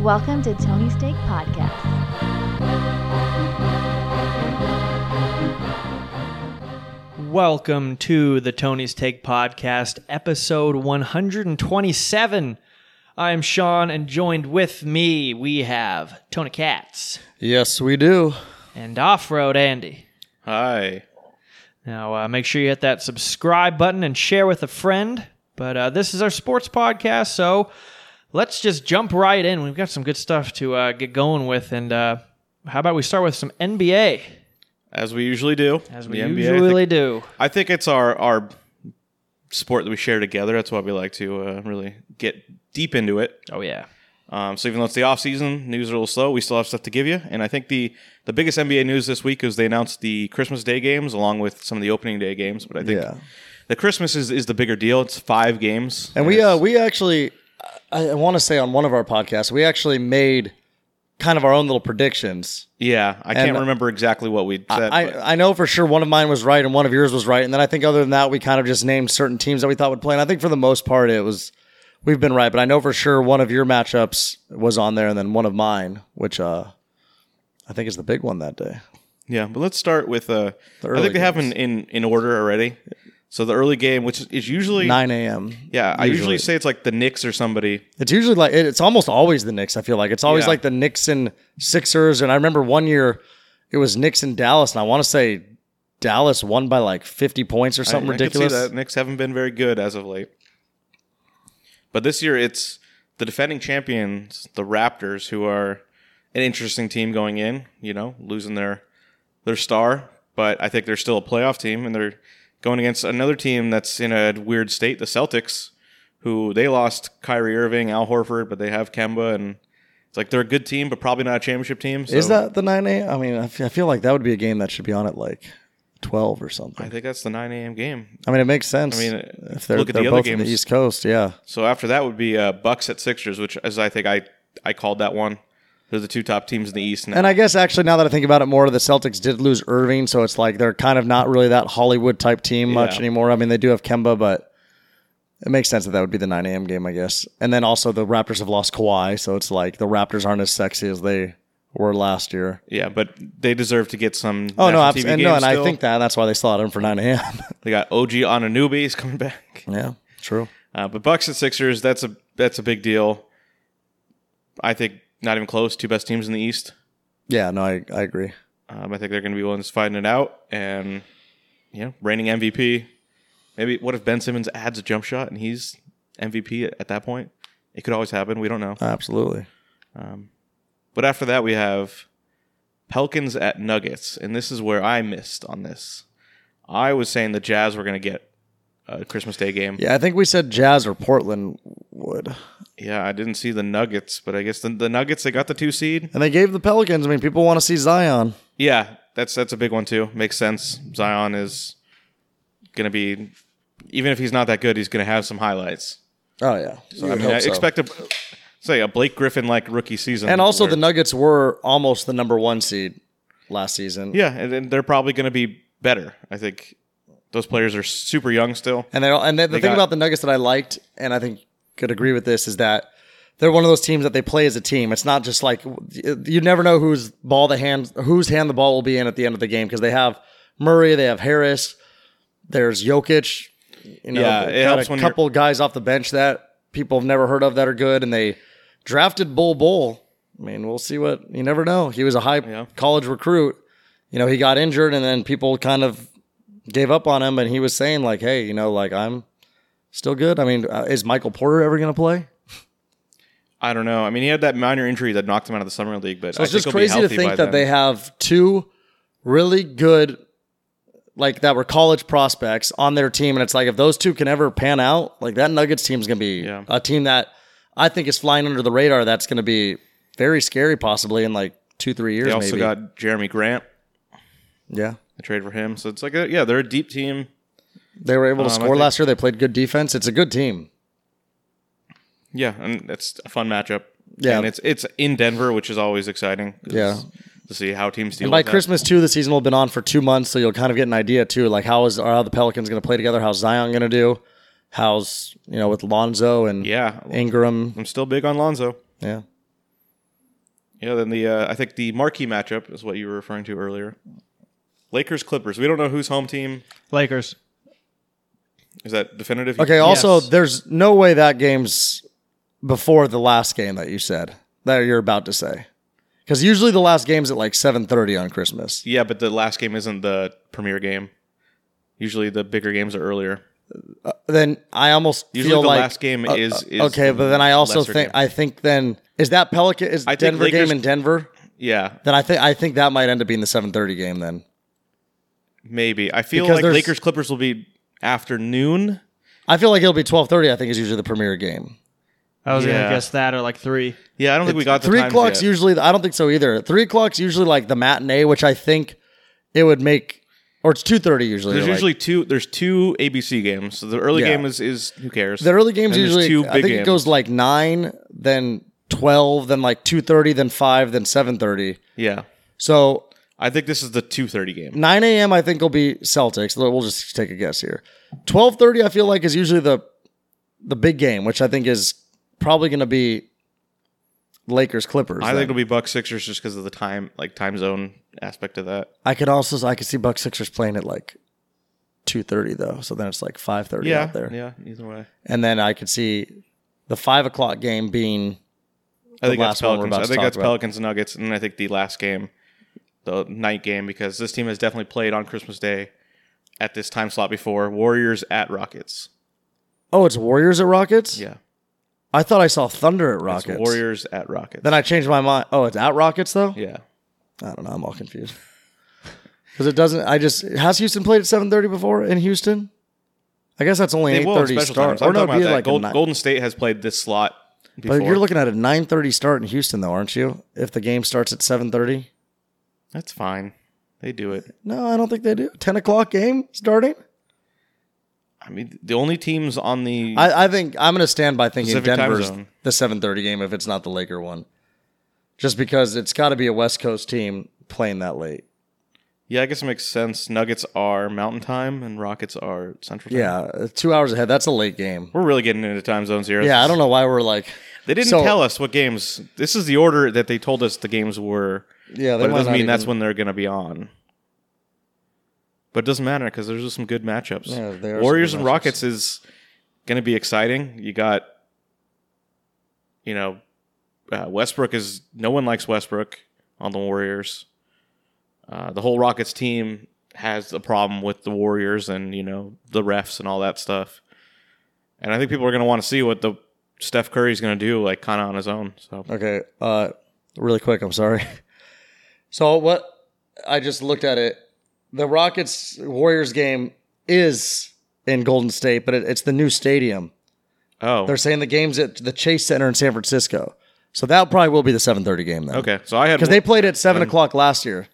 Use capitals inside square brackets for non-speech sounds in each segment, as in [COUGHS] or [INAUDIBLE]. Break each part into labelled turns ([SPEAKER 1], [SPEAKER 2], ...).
[SPEAKER 1] Welcome to Tony Steak Podcast.
[SPEAKER 2] Welcome to the Tony's Take Podcast, episode 127. I'm Sean, and joined with me, we have Tony Katz
[SPEAKER 3] Yes, we do.
[SPEAKER 2] and Off Road Andy.
[SPEAKER 4] Hi.
[SPEAKER 2] Now, uh, make sure you hit that subscribe button and share with a friend. But uh, this is our sports podcast, so let's just jump right in. We've got some good stuff to uh, get going with, and uh, how about we start with some NBA,
[SPEAKER 4] As we usually do.
[SPEAKER 2] as we
[SPEAKER 4] the NBA, I think-
[SPEAKER 2] usually do?
[SPEAKER 4] I think, it's our our sport that we share together. That's why we like to uh, really get deep into it.
[SPEAKER 2] Oh yeah,
[SPEAKER 4] Um, so even though it's the off season, news are a little slow. We still have stuff to give you, and I think the the biggest NBA news this week is they announced the Christmas Day games along with some of the opening day games. But I think
[SPEAKER 3] Yeah.
[SPEAKER 4] the Christmas is, is the bigger deal. It's five games,
[SPEAKER 3] And we
[SPEAKER 4] it's-
[SPEAKER 3] uh we actually I, I want to say on one of our podcasts, we actually made kind of our own little predictions.
[SPEAKER 4] yeah, I
[SPEAKER 3] and-
[SPEAKER 4] can't
[SPEAKER 3] remember
[SPEAKER 4] remember exactly what we said. but-
[SPEAKER 3] I, I know for sure one of mine was right and one of yours was right. And then I think other than that, we kind of just named certain teams that we thought would play. And I think for the most part it was we've been right, but I know for sure one of your matchups was on there and then one of mine, which uh I think is the big one that day.
[SPEAKER 4] Yeah, but let's start with uh, I
[SPEAKER 3] early
[SPEAKER 4] think they have them
[SPEAKER 3] games.
[SPEAKER 4] in, in order already. So the early game, which is usually
[SPEAKER 3] Nine AM.
[SPEAKER 4] Yeah, I usually say it's like the Knicks or somebody.
[SPEAKER 3] It's usually like it- it's almost always the Knicks. I feel like it's always
[SPEAKER 4] Yeah.
[SPEAKER 3] like the Knicks and Sixers. And I remember one year it was Knicks and Dallas, and I want to say Dallas won by like fifty points or something
[SPEAKER 4] I- I could see
[SPEAKER 3] ridiculous.
[SPEAKER 4] that. Knicks haven't been very good as of late. But this year it's the defending champions, the Raptors, who are an interesting team going in. You know, losing their their star, but I think they're still a playoff team, and they're going against another team that's in a weird state, the Celtics, who they lost Kyrie Irving, Al Horford, but they have Kemba, and it's like they're a good team, but probably not a championship team. So
[SPEAKER 3] Is that the nine a? I mean, I f- I feel like that would be a game that should be on at like twelve or something.
[SPEAKER 4] I
[SPEAKER 3] I,
[SPEAKER 4] think that's the 9 a.m. game.
[SPEAKER 3] mean, it makes sense.
[SPEAKER 4] I mean,
[SPEAKER 3] if they're,
[SPEAKER 4] look at
[SPEAKER 3] they're
[SPEAKER 4] the other
[SPEAKER 3] both in the
[SPEAKER 4] games.
[SPEAKER 3] East Coast, yeah.
[SPEAKER 4] So after that would be uh, Bucks at Sixers, which as I think I I called that one. They're the two top teams in the East now.
[SPEAKER 3] And I guess actually now that I think about it more, the Celtics did lose Irving, so it's like they're kind of not really that Hollywood type team much
[SPEAKER 4] Yeah.
[SPEAKER 3] anymore. I mean, they do have Kemba, but it makes sense that that would be the 9 a.m. game, I guess. And then also the Raptors have lost Kawhi, so it's like the Raptors aren't as sexy as they were last year.
[SPEAKER 4] yeah, but they deserve to get some.
[SPEAKER 3] Oh no,
[SPEAKER 4] national
[SPEAKER 3] abs-
[SPEAKER 4] TV
[SPEAKER 3] and
[SPEAKER 4] games
[SPEAKER 3] no, and I
[SPEAKER 4] still.
[SPEAKER 3] think that that's why they slot him for 9 a.m. [LAUGHS]
[SPEAKER 4] they got OG Ananubi is coming [LAUGHS] back.
[SPEAKER 3] yeah, true.
[SPEAKER 4] Uh, but Bucks at Sixers, that's a that's a big deal. I think not even close. Two best teams in the East.
[SPEAKER 3] Yeah, no, I, I agree.
[SPEAKER 4] Um, I think they're going to be ones fighting it out, and you know, reigning MVP. Maybe what if Ben Simmons adds a jump shot and he's MVP at, at that point? It could always happen. We don't know.
[SPEAKER 3] Absolutely.
[SPEAKER 4] But after that, we have Pelicans at Nuggets, and this is where I missed on this. I was saying the Jazz were going to get a Christmas Day game.
[SPEAKER 3] Yeah, I think we said Jazz or Portland would.
[SPEAKER 4] Yeah, I didn't see the Nuggets, but I guess the, the Nuggets they got the two seed.
[SPEAKER 3] And they gave the Pelicans. I mean, people want to see Zion.
[SPEAKER 4] Yeah, that's that's a big one too. Makes sense. Zion is going to be, even if he's not that good, he's going to have some highlights.
[SPEAKER 3] Oh yeah. So
[SPEAKER 4] I mean, I expect a say a Blake Griffin like rookie season,
[SPEAKER 3] And also,
[SPEAKER 4] where-
[SPEAKER 3] the Nuggets were almost the number one seed last season.
[SPEAKER 4] yeah, and, and they're probably going to be better. I think those players are super young still.
[SPEAKER 3] And they all- and the, the
[SPEAKER 4] They
[SPEAKER 3] thing
[SPEAKER 4] got-
[SPEAKER 3] about the Nuggets that I liked, and I think could agree with this, is that they're one of those teams that they play as a team. It's not just like you never know whose ball the hand whose hand the ball will be in at the end of the game because they have Murray, they have Harris, there's Jokic. You know,
[SPEAKER 4] Yeah,
[SPEAKER 3] they've
[SPEAKER 4] it
[SPEAKER 3] got
[SPEAKER 4] helps
[SPEAKER 3] a
[SPEAKER 4] when you're-
[SPEAKER 3] couple guys off the bench that people have never heard of that are good, and they drafted Bull Bull. I mean, we'll see what you never know. He was a high
[SPEAKER 4] Yeah.
[SPEAKER 3] college recruit. You know, he got injured, and then people kind of gave up on him and he was saying like hey you know like i'm still good i mean uh, is michael porter ever going to play
[SPEAKER 4] I don't know. I mean, he had that minor injury that knocked him out of the summer league, but
[SPEAKER 3] so it's
[SPEAKER 4] I think
[SPEAKER 3] just
[SPEAKER 4] he'll be
[SPEAKER 3] crazy to
[SPEAKER 4] healthy by
[SPEAKER 3] think that
[SPEAKER 4] then.
[SPEAKER 3] they have two really good like that were college prospects on their team and it's like if those two can ever pan out like that nuggets team's going to be
[SPEAKER 4] Yeah.
[SPEAKER 3] a team that i think is flying under the radar that's going to be very scary possibly in like two three years
[SPEAKER 4] They also
[SPEAKER 3] maybe
[SPEAKER 4] got Jeremy Grant.
[SPEAKER 3] yeah
[SPEAKER 4] They trade for him, so it's like, a, yeah, they're a deep team.
[SPEAKER 3] they were able to
[SPEAKER 4] Um, I
[SPEAKER 3] score
[SPEAKER 4] think-
[SPEAKER 3] last year they played good defense it's a good team
[SPEAKER 4] Yeah, and that's a fun matchup.
[SPEAKER 3] Yeah.
[SPEAKER 4] and it's it's in Denver, which is always exciting. 'cause
[SPEAKER 3] Yeah.
[SPEAKER 4] to see how teams deal.
[SPEAKER 3] And by
[SPEAKER 4] with that.
[SPEAKER 3] Christmas too, the season will have been on for two months, so you'll kind of get an idea too, like how is or how the Pelicans going to play together, how Zion going to do, how's you know with Lonzo and
[SPEAKER 4] Yeah.
[SPEAKER 3] Ingram.
[SPEAKER 4] I'm still big on Lonzo.
[SPEAKER 3] Yeah,
[SPEAKER 4] Yeah, then the uh, I think the marquee matchup is what you were referring to earlier. Lakers Clippers. We don't know whose home team
[SPEAKER 2] Lakers.
[SPEAKER 4] is that definitive.
[SPEAKER 3] Okay. Also,
[SPEAKER 2] Yes.
[SPEAKER 3] there's no way that game's before the last game that you said that you're about to say, because usually the last game's at like 7:30 on Christmas.
[SPEAKER 4] Yeah, but the last game isn't the premier game. Usually, the bigger games are earlier.
[SPEAKER 3] Then I almost
[SPEAKER 4] Usually
[SPEAKER 3] feel
[SPEAKER 4] the
[SPEAKER 3] like-
[SPEAKER 4] last game
[SPEAKER 3] uh,
[SPEAKER 4] is-
[SPEAKER 3] uh,
[SPEAKER 4] is
[SPEAKER 3] okay,
[SPEAKER 4] the
[SPEAKER 3] but then I also
[SPEAKER 4] lesser
[SPEAKER 3] think
[SPEAKER 4] game.
[SPEAKER 3] I think then is that Pelican is
[SPEAKER 4] I
[SPEAKER 3] the
[SPEAKER 4] think
[SPEAKER 3] Denver
[SPEAKER 4] Lakers-
[SPEAKER 3] game in Denver.
[SPEAKER 4] Yeah,
[SPEAKER 3] Then I think I think that might end up being the 7:30 game then.
[SPEAKER 4] maybe. I feel
[SPEAKER 3] Because
[SPEAKER 4] like
[SPEAKER 3] there's-
[SPEAKER 4] Lakers Clippers will be afternoon.
[SPEAKER 3] I feel like it'll be 12:30. I think is usually the premier game.
[SPEAKER 2] I was
[SPEAKER 4] Yeah.
[SPEAKER 2] gonna guess that or like three.
[SPEAKER 4] Yeah, I don't think we got the
[SPEAKER 3] Three
[SPEAKER 4] times
[SPEAKER 3] o'clock's
[SPEAKER 4] yet.
[SPEAKER 3] usually. I don't think so either. Three o'clock's usually like the matinee, which I think it would make, or it's 2:30 usually.
[SPEAKER 4] There's
[SPEAKER 3] like-
[SPEAKER 4] usually two. There's two ABC games. So the early
[SPEAKER 3] Yeah.
[SPEAKER 4] game is is who cares.
[SPEAKER 3] The early games
[SPEAKER 4] And there's
[SPEAKER 3] usually
[SPEAKER 4] two
[SPEAKER 3] I
[SPEAKER 4] big
[SPEAKER 3] think
[SPEAKER 4] games.
[SPEAKER 3] it goes like nine, then twelve, then like two thirty, then five, then seven thirty.
[SPEAKER 4] Yeah,
[SPEAKER 3] So
[SPEAKER 4] I think this is the two thirty game.
[SPEAKER 3] nine AM I think will be Celtics. We'll just take a guess here. Twelve thirty I feel like is usually the the big game, which I think is probably gonna be Lakers Clippers.
[SPEAKER 4] I think it'll be Bucks Sixers just because of the time like time zone aspect of that.
[SPEAKER 3] I could also I could see Buck Sixers playing at like two thirty though. So then it's like five thirty
[SPEAKER 4] Yeah,
[SPEAKER 3] out there.
[SPEAKER 4] yeah. Either way,
[SPEAKER 3] And then I could see the five o'clock game being
[SPEAKER 4] I think
[SPEAKER 3] last
[SPEAKER 4] that's
[SPEAKER 3] one we're
[SPEAKER 4] Pelicans.
[SPEAKER 3] about
[SPEAKER 4] I
[SPEAKER 3] to
[SPEAKER 4] think
[SPEAKER 3] talk
[SPEAKER 4] that's
[SPEAKER 3] about.
[SPEAKER 4] Pelicans and Nuggets, and I think the last game, the night game, because this team has definitely played on Christmas Day at this time slot before. Warriors at Rockets.
[SPEAKER 3] Oh, it's Warriors at Rockets?
[SPEAKER 4] Yeah,
[SPEAKER 3] I thought I saw Thunder at
[SPEAKER 4] It's
[SPEAKER 3] Rockets.
[SPEAKER 4] Warriors at Rockets.
[SPEAKER 3] Then I changed my mind. Oh, it's at Rockets though.
[SPEAKER 4] yeah,
[SPEAKER 3] I don't know. I'm all confused [LAUGHS] because it doesn't. I just has Houston played at 7:30 before in Houston. I guess that's only
[SPEAKER 4] they will in
[SPEAKER 3] 8:30
[SPEAKER 4] special
[SPEAKER 3] start.
[SPEAKER 4] times. I'm
[SPEAKER 3] Or no,
[SPEAKER 4] talking
[SPEAKER 3] it'd
[SPEAKER 4] about
[SPEAKER 3] be
[SPEAKER 4] that.
[SPEAKER 3] like a
[SPEAKER 4] Gold,
[SPEAKER 3] ni-
[SPEAKER 4] Golden State has played this slot. Before.
[SPEAKER 3] But you're looking at a 9:30 start in Houston though, aren't you? If the game starts at 7:30.
[SPEAKER 4] That's fine. They do it.
[SPEAKER 3] No, I don't think they do. 10 o'clock game starting.
[SPEAKER 4] I mean, the only teams on the
[SPEAKER 3] I, I think I'm going to stand by thinking
[SPEAKER 4] Pacific time
[SPEAKER 3] Denver's
[SPEAKER 4] zone.
[SPEAKER 3] the 7:30 game if it's not the Laker one, just because it's got to be a West Coast team playing that late.
[SPEAKER 4] yeah, I guess it makes sense. Nuggets are Mountain Time and Rockets are Central. Time.
[SPEAKER 3] Yeah, uh, two hours ahead. That's a late game.
[SPEAKER 4] we're really getting into time zones here.
[SPEAKER 3] Yeah, I don't know why we're like.
[SPEAKER 4] They didn't
[SPEAKER 3] So-
[SPEAKER 4] tell us what games. This is the order that they told us the games were.
[SPEAKER 3] Yeah, they
[SPEAKER 4] but it
[SPEAKER 3] might
[SPEAKER 4] doesn't
[SPEAKER 3] not
[SPEAKER 4] mean that's
[SPEAKER 3] even-
[SPEAKER 4] when they're going to be on. But it doesn't matter because there's just some good matchups.
[SPEAKER 3] Yeah, there are some
[SPEAKER 4] Warriors
[SPEAKER 3] good
[SPEAKER 4] and
[SPEAKER 3] matchups.
[SPEAKER 4] Rockets is going to be exciting. You got, you know, uh, Westbrook is no one likes Westbrook on the Warriors. Uh, the whole Rockets team has a problem with the Warriors and you know the refs and all that stuff. And I think people are going to want to see what the Steph Curry's going to do, like kind of on his own. So
[SPEAKER 3] Okay, uh, really quick. I'm sorry. [LAUGHS] So what? I just looked at it. The Rockets Warriors game is in Golden State, but it, it's the new stadium.
[SPEAKER 4] oh,
[SPEAKER 3] They're saying the game's at the Chase Center in San Francisco. So that probably will be the 7:30 game then.
[SPEAKER 4] okay. So I had
[SPEAKER 3] Because they played at seven o'clock last year.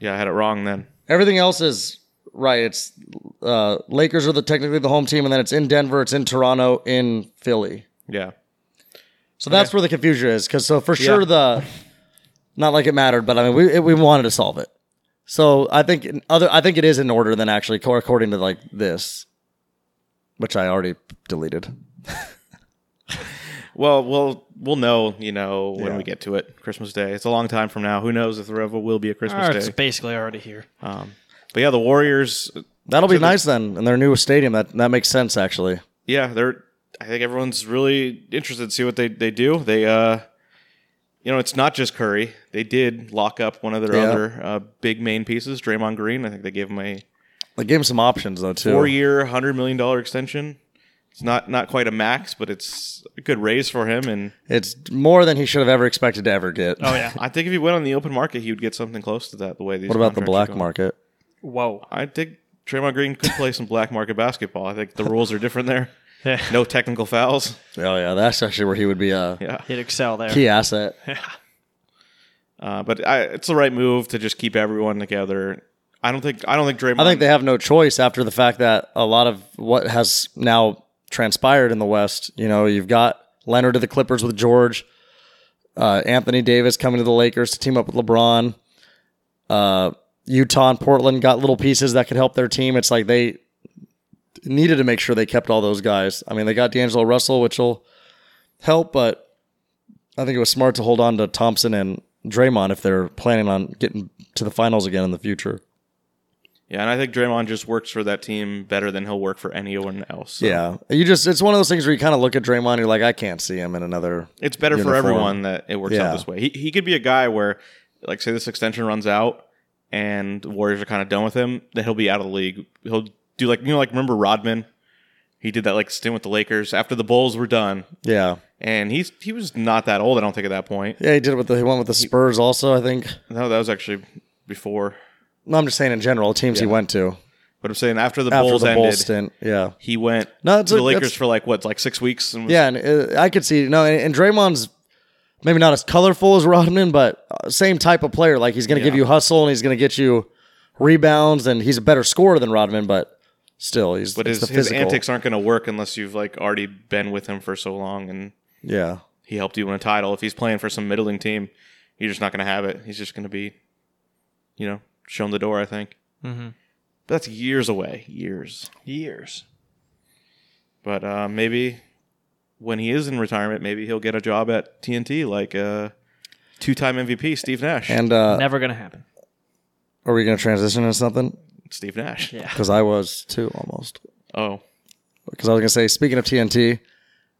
[SPEAKER 4] yeah I had it wrong then.
[SPEAKER 3] Everything else is right. It's uh, Lakers are the technically the home team, and then it's in Denver, it's in Toronto, in Philly.
[SPEAKER 4] Yeah.
[SPEAKER 3] So that's where the confusion is. Because so for sure
[SPEAKER 4] Yeah.
[SPEAKER 3] the, not like it mattered, but I mean we it, we wanted to solve it. So I think in other I think it is in order than actually co- according to like this, which I already deleted.
[SPEAKER 4] Well, we'll we'll know, you know, when
[SPEAKER 3] Yeah.
[SPEAKER 4] we get to it. Christmas Day. It's a long time from now. Who knows if there ever will be a Christmas
[SPEAKER 2] Or it's
[SPEAKER 4] Day?
[SPEAKER 2] basically already here.
[SPEAKER 4] Um, but yeah, the Warriors.
[SPEAKER 3] That'll be nice then in their new stadium. That that makes sense actually.
[SPEAKER 4] Yeah, they're. I think everyone's really interested to see what they they do. They, uh, you know, it's not just Curry. They did lock up one of their
[SPEAKER 3] Yeah.
[SPEAKER 4] other uh, big main pieces, Draymond Green. I think they gave him a
[SPEAKER 3] They gave him some options though too.
[SPEAKER 4] four year, hundred million dollar extension. It's not not quite a max, but it's a good raise for him. And
[SPEAKER 3] It's more than he should have ever expected to ever get.
[SPEAKER 2] Oh yeah.
[SPEAKER 4] I think if he went on the open market, he would get something close to that. The way these
[SPEAKER 3] What about the
[SPEAKER 4] contracts are
[SPEAKER 3] black
[SPEAKER 4] going.
[SPEAKER 3] market?
[SPEAKER 2] Whoa.
[SPEAKER 4] I think Draymond Green could play some black market basketball. I think the rules are different there.
[SPEAKER 2] Yeah.
[SPEAKER 4] No technical fouls.
[SPEAKER 3] Oh yeah, that's actually where he would be a
[SPEAKER 4] Yeah,
[SPEAKER 2] [LAUGHS] Hit excel there.
[SPEAKER 3] key asset.
[SPEAKER 4] uh, but I, it's the right move to just keep everyone together. I don't think I don't think Draymond.
[SPEAKER 3] I think they have no choice after the fact that a lot of what has now transpired in the West. You know, you've got Leonard to the Clippers with George, uh, Anthony Davis coming to the Lakers to team up with LeBron. Uh, Utah and Portland got little pieces that could help their team. It's like they needed to make sure they kept all those guys. I mean, they got D'Angelo Russell, which will help, but I think it was smart to hold on to Thompson and Draymond if they're planning on getting to the finals again in the future.
[SPEAKER 4] Yeah, and I think Draymond just works for that team better than he'll work for anyone else. So
[SPEAKER 3] Yeah. You just, it's one of those things where you kind of look at Draymond and you're like, I can't see him in another.
[SPEAKER 4] It's better for
[SPEAKER 3] Uniform.
[SPEAKER 4] everyone that it works
[SPEAKER 3] Yeah.
[SPEAKER 4] out this way. He, he could be a guy where, like, say this extension runs out and the Warriors are kind of done with him, that he'll be out of the league. He'll do like, you know, like, remember Rodman? He did that, like, stint with the Lakers after the Bulls were done.
[SPEAKER 3] Yeah.
[SPEAKER 4] And he's he was not that old, I don't think, at that point.
[SPEAKER 3] Yeah, he did it with the, he went with the Spurs also, I think.
[SPEAKER 4] No, that was actually before.
[SPEAKER 3] No, I'm just saying in general, teams he went to
[SPEAKER 4] But I'm saying after the
[SPEAKER 3] after
[SPEAKER 4] Bulls
[SPEAKER 3] the
[SPEAKER 4] ended,
[SPEAKER 3] Bulls stint. Yeah.
[SPEAKER 4] he went
[SPEAKER 3] No, it's
[SPEAKER 4] to
[SPEAKER 3] a-
[SPEAKER 4] the Lakers
[SPEAKER 3] that's-
[SPEAKER 4] for, like, what, like six weeks? And was,
[SPEAKER 3] Yeah, and uh, I could see no, and, and Draymond's maybe not as colorful as [LAUGHS] Rodman, but uh, same type of player. Like he's going to give you hustle and he's going to get you rebounds, and he's a better scorer than Rodman, but still, he's
[SPEAKER 4] But
[SPEAKER 3] it's
[SPEAKER 4] his,
[SPEAKER 3] the
[SPEAKER 4] his
[SPEAKER 3] physical.
[SPEAKER 4] antics aren't going to work unless you've, like, already been with him for so long and
[SPEAKER 3] Yeah,
[SPEAKER 4] he helped you win a title. If he's playing for some middling team, you're just not going to have it. He's just going to be, you know, shown the door. I think.
[SPEAKER 2] Mhm.
[SPEAKER 4] But that's years away, years.
[SPEAKER 2] Years.
[SPEAKER 4] But uh, maybe when he is in retirement, maybe he'll get a job at TNT like uh, two-time MVP Steve Nash.
[SPEAKER 3] and uh,
[SPEAKER 2] Never gonna happen.
[SPEAKER 3] are we going to transition into something?
[SPEAKER 4] Steve Nash.
[SPEAKER 2] Yeah.
[SPEAKER 3] Because I was too almost.
[SPEAKER 4] Oh,
[SPEAKER 3] Because I was going to say, speaking of TNT,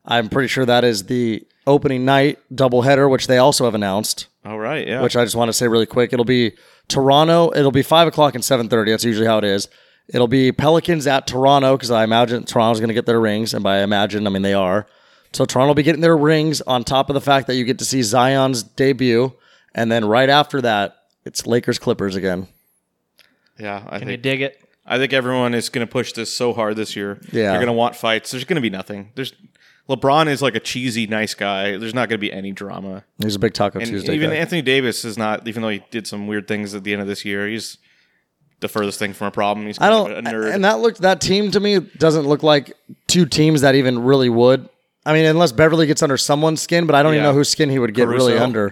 [SPEAKER 3] I'm pretty sure that is the opening night doubleheader, which they also have announced.
[SPEAKER 4] all right. Yeah.
[SPEAKER 3] which I just want to say really quick. It'll be Toronto. It'll be five o'clock and seven thirty. That's usually how it is. It'll be Pelicans at Toronto because I imagine Toronto's going to get their rings, and by imagine, I mean they are. So Toronto will be getting their rings on top of the fact that you get to see Zion's debut, and then right after that, it's Lakers Clippers again.
[SPEAKER 4] yeah. I
[SPEAKER 2] Can you
[SPEAKER 4] think.
[SPEAKER 2] dig it?
[SPEAKER 4] I think everyone is going to push this so hard this year.
[SPEAKER 3] Yeah.
[SPEAKER 4] You're going to want fights. There's going to be nothing. There's LeBron is like a cheesy nice guy. There's not going to be any drama.
[SPEAKER 3] He's a big Taco
[SPEAKER 4] And
[SPEAKER 3] Tuesday.
[SPEAKER 4] even
[SPEAKER 3] guy.
[SPEAKER 4] Anthony Davis is not, even though he did some weird things at the end of this year, he's the furthest thing from a problem. He's
[SPEAKER 3] I
[SPEAKER 4] kind
[SPEAKER 3] don't.
[SPEAKER 4] of a nerd.
[SPEAKER 3] And that looked that team to me doesn't look like two teams that even really would. I mean, unless Beverly gets under someone's skin, but I don't even
[SPEAKER 4] Yeah.
[SPEAKER 3] know whose skin he would get really
[SPEAKER 4] Caruso.
[SPEAKER 3] under.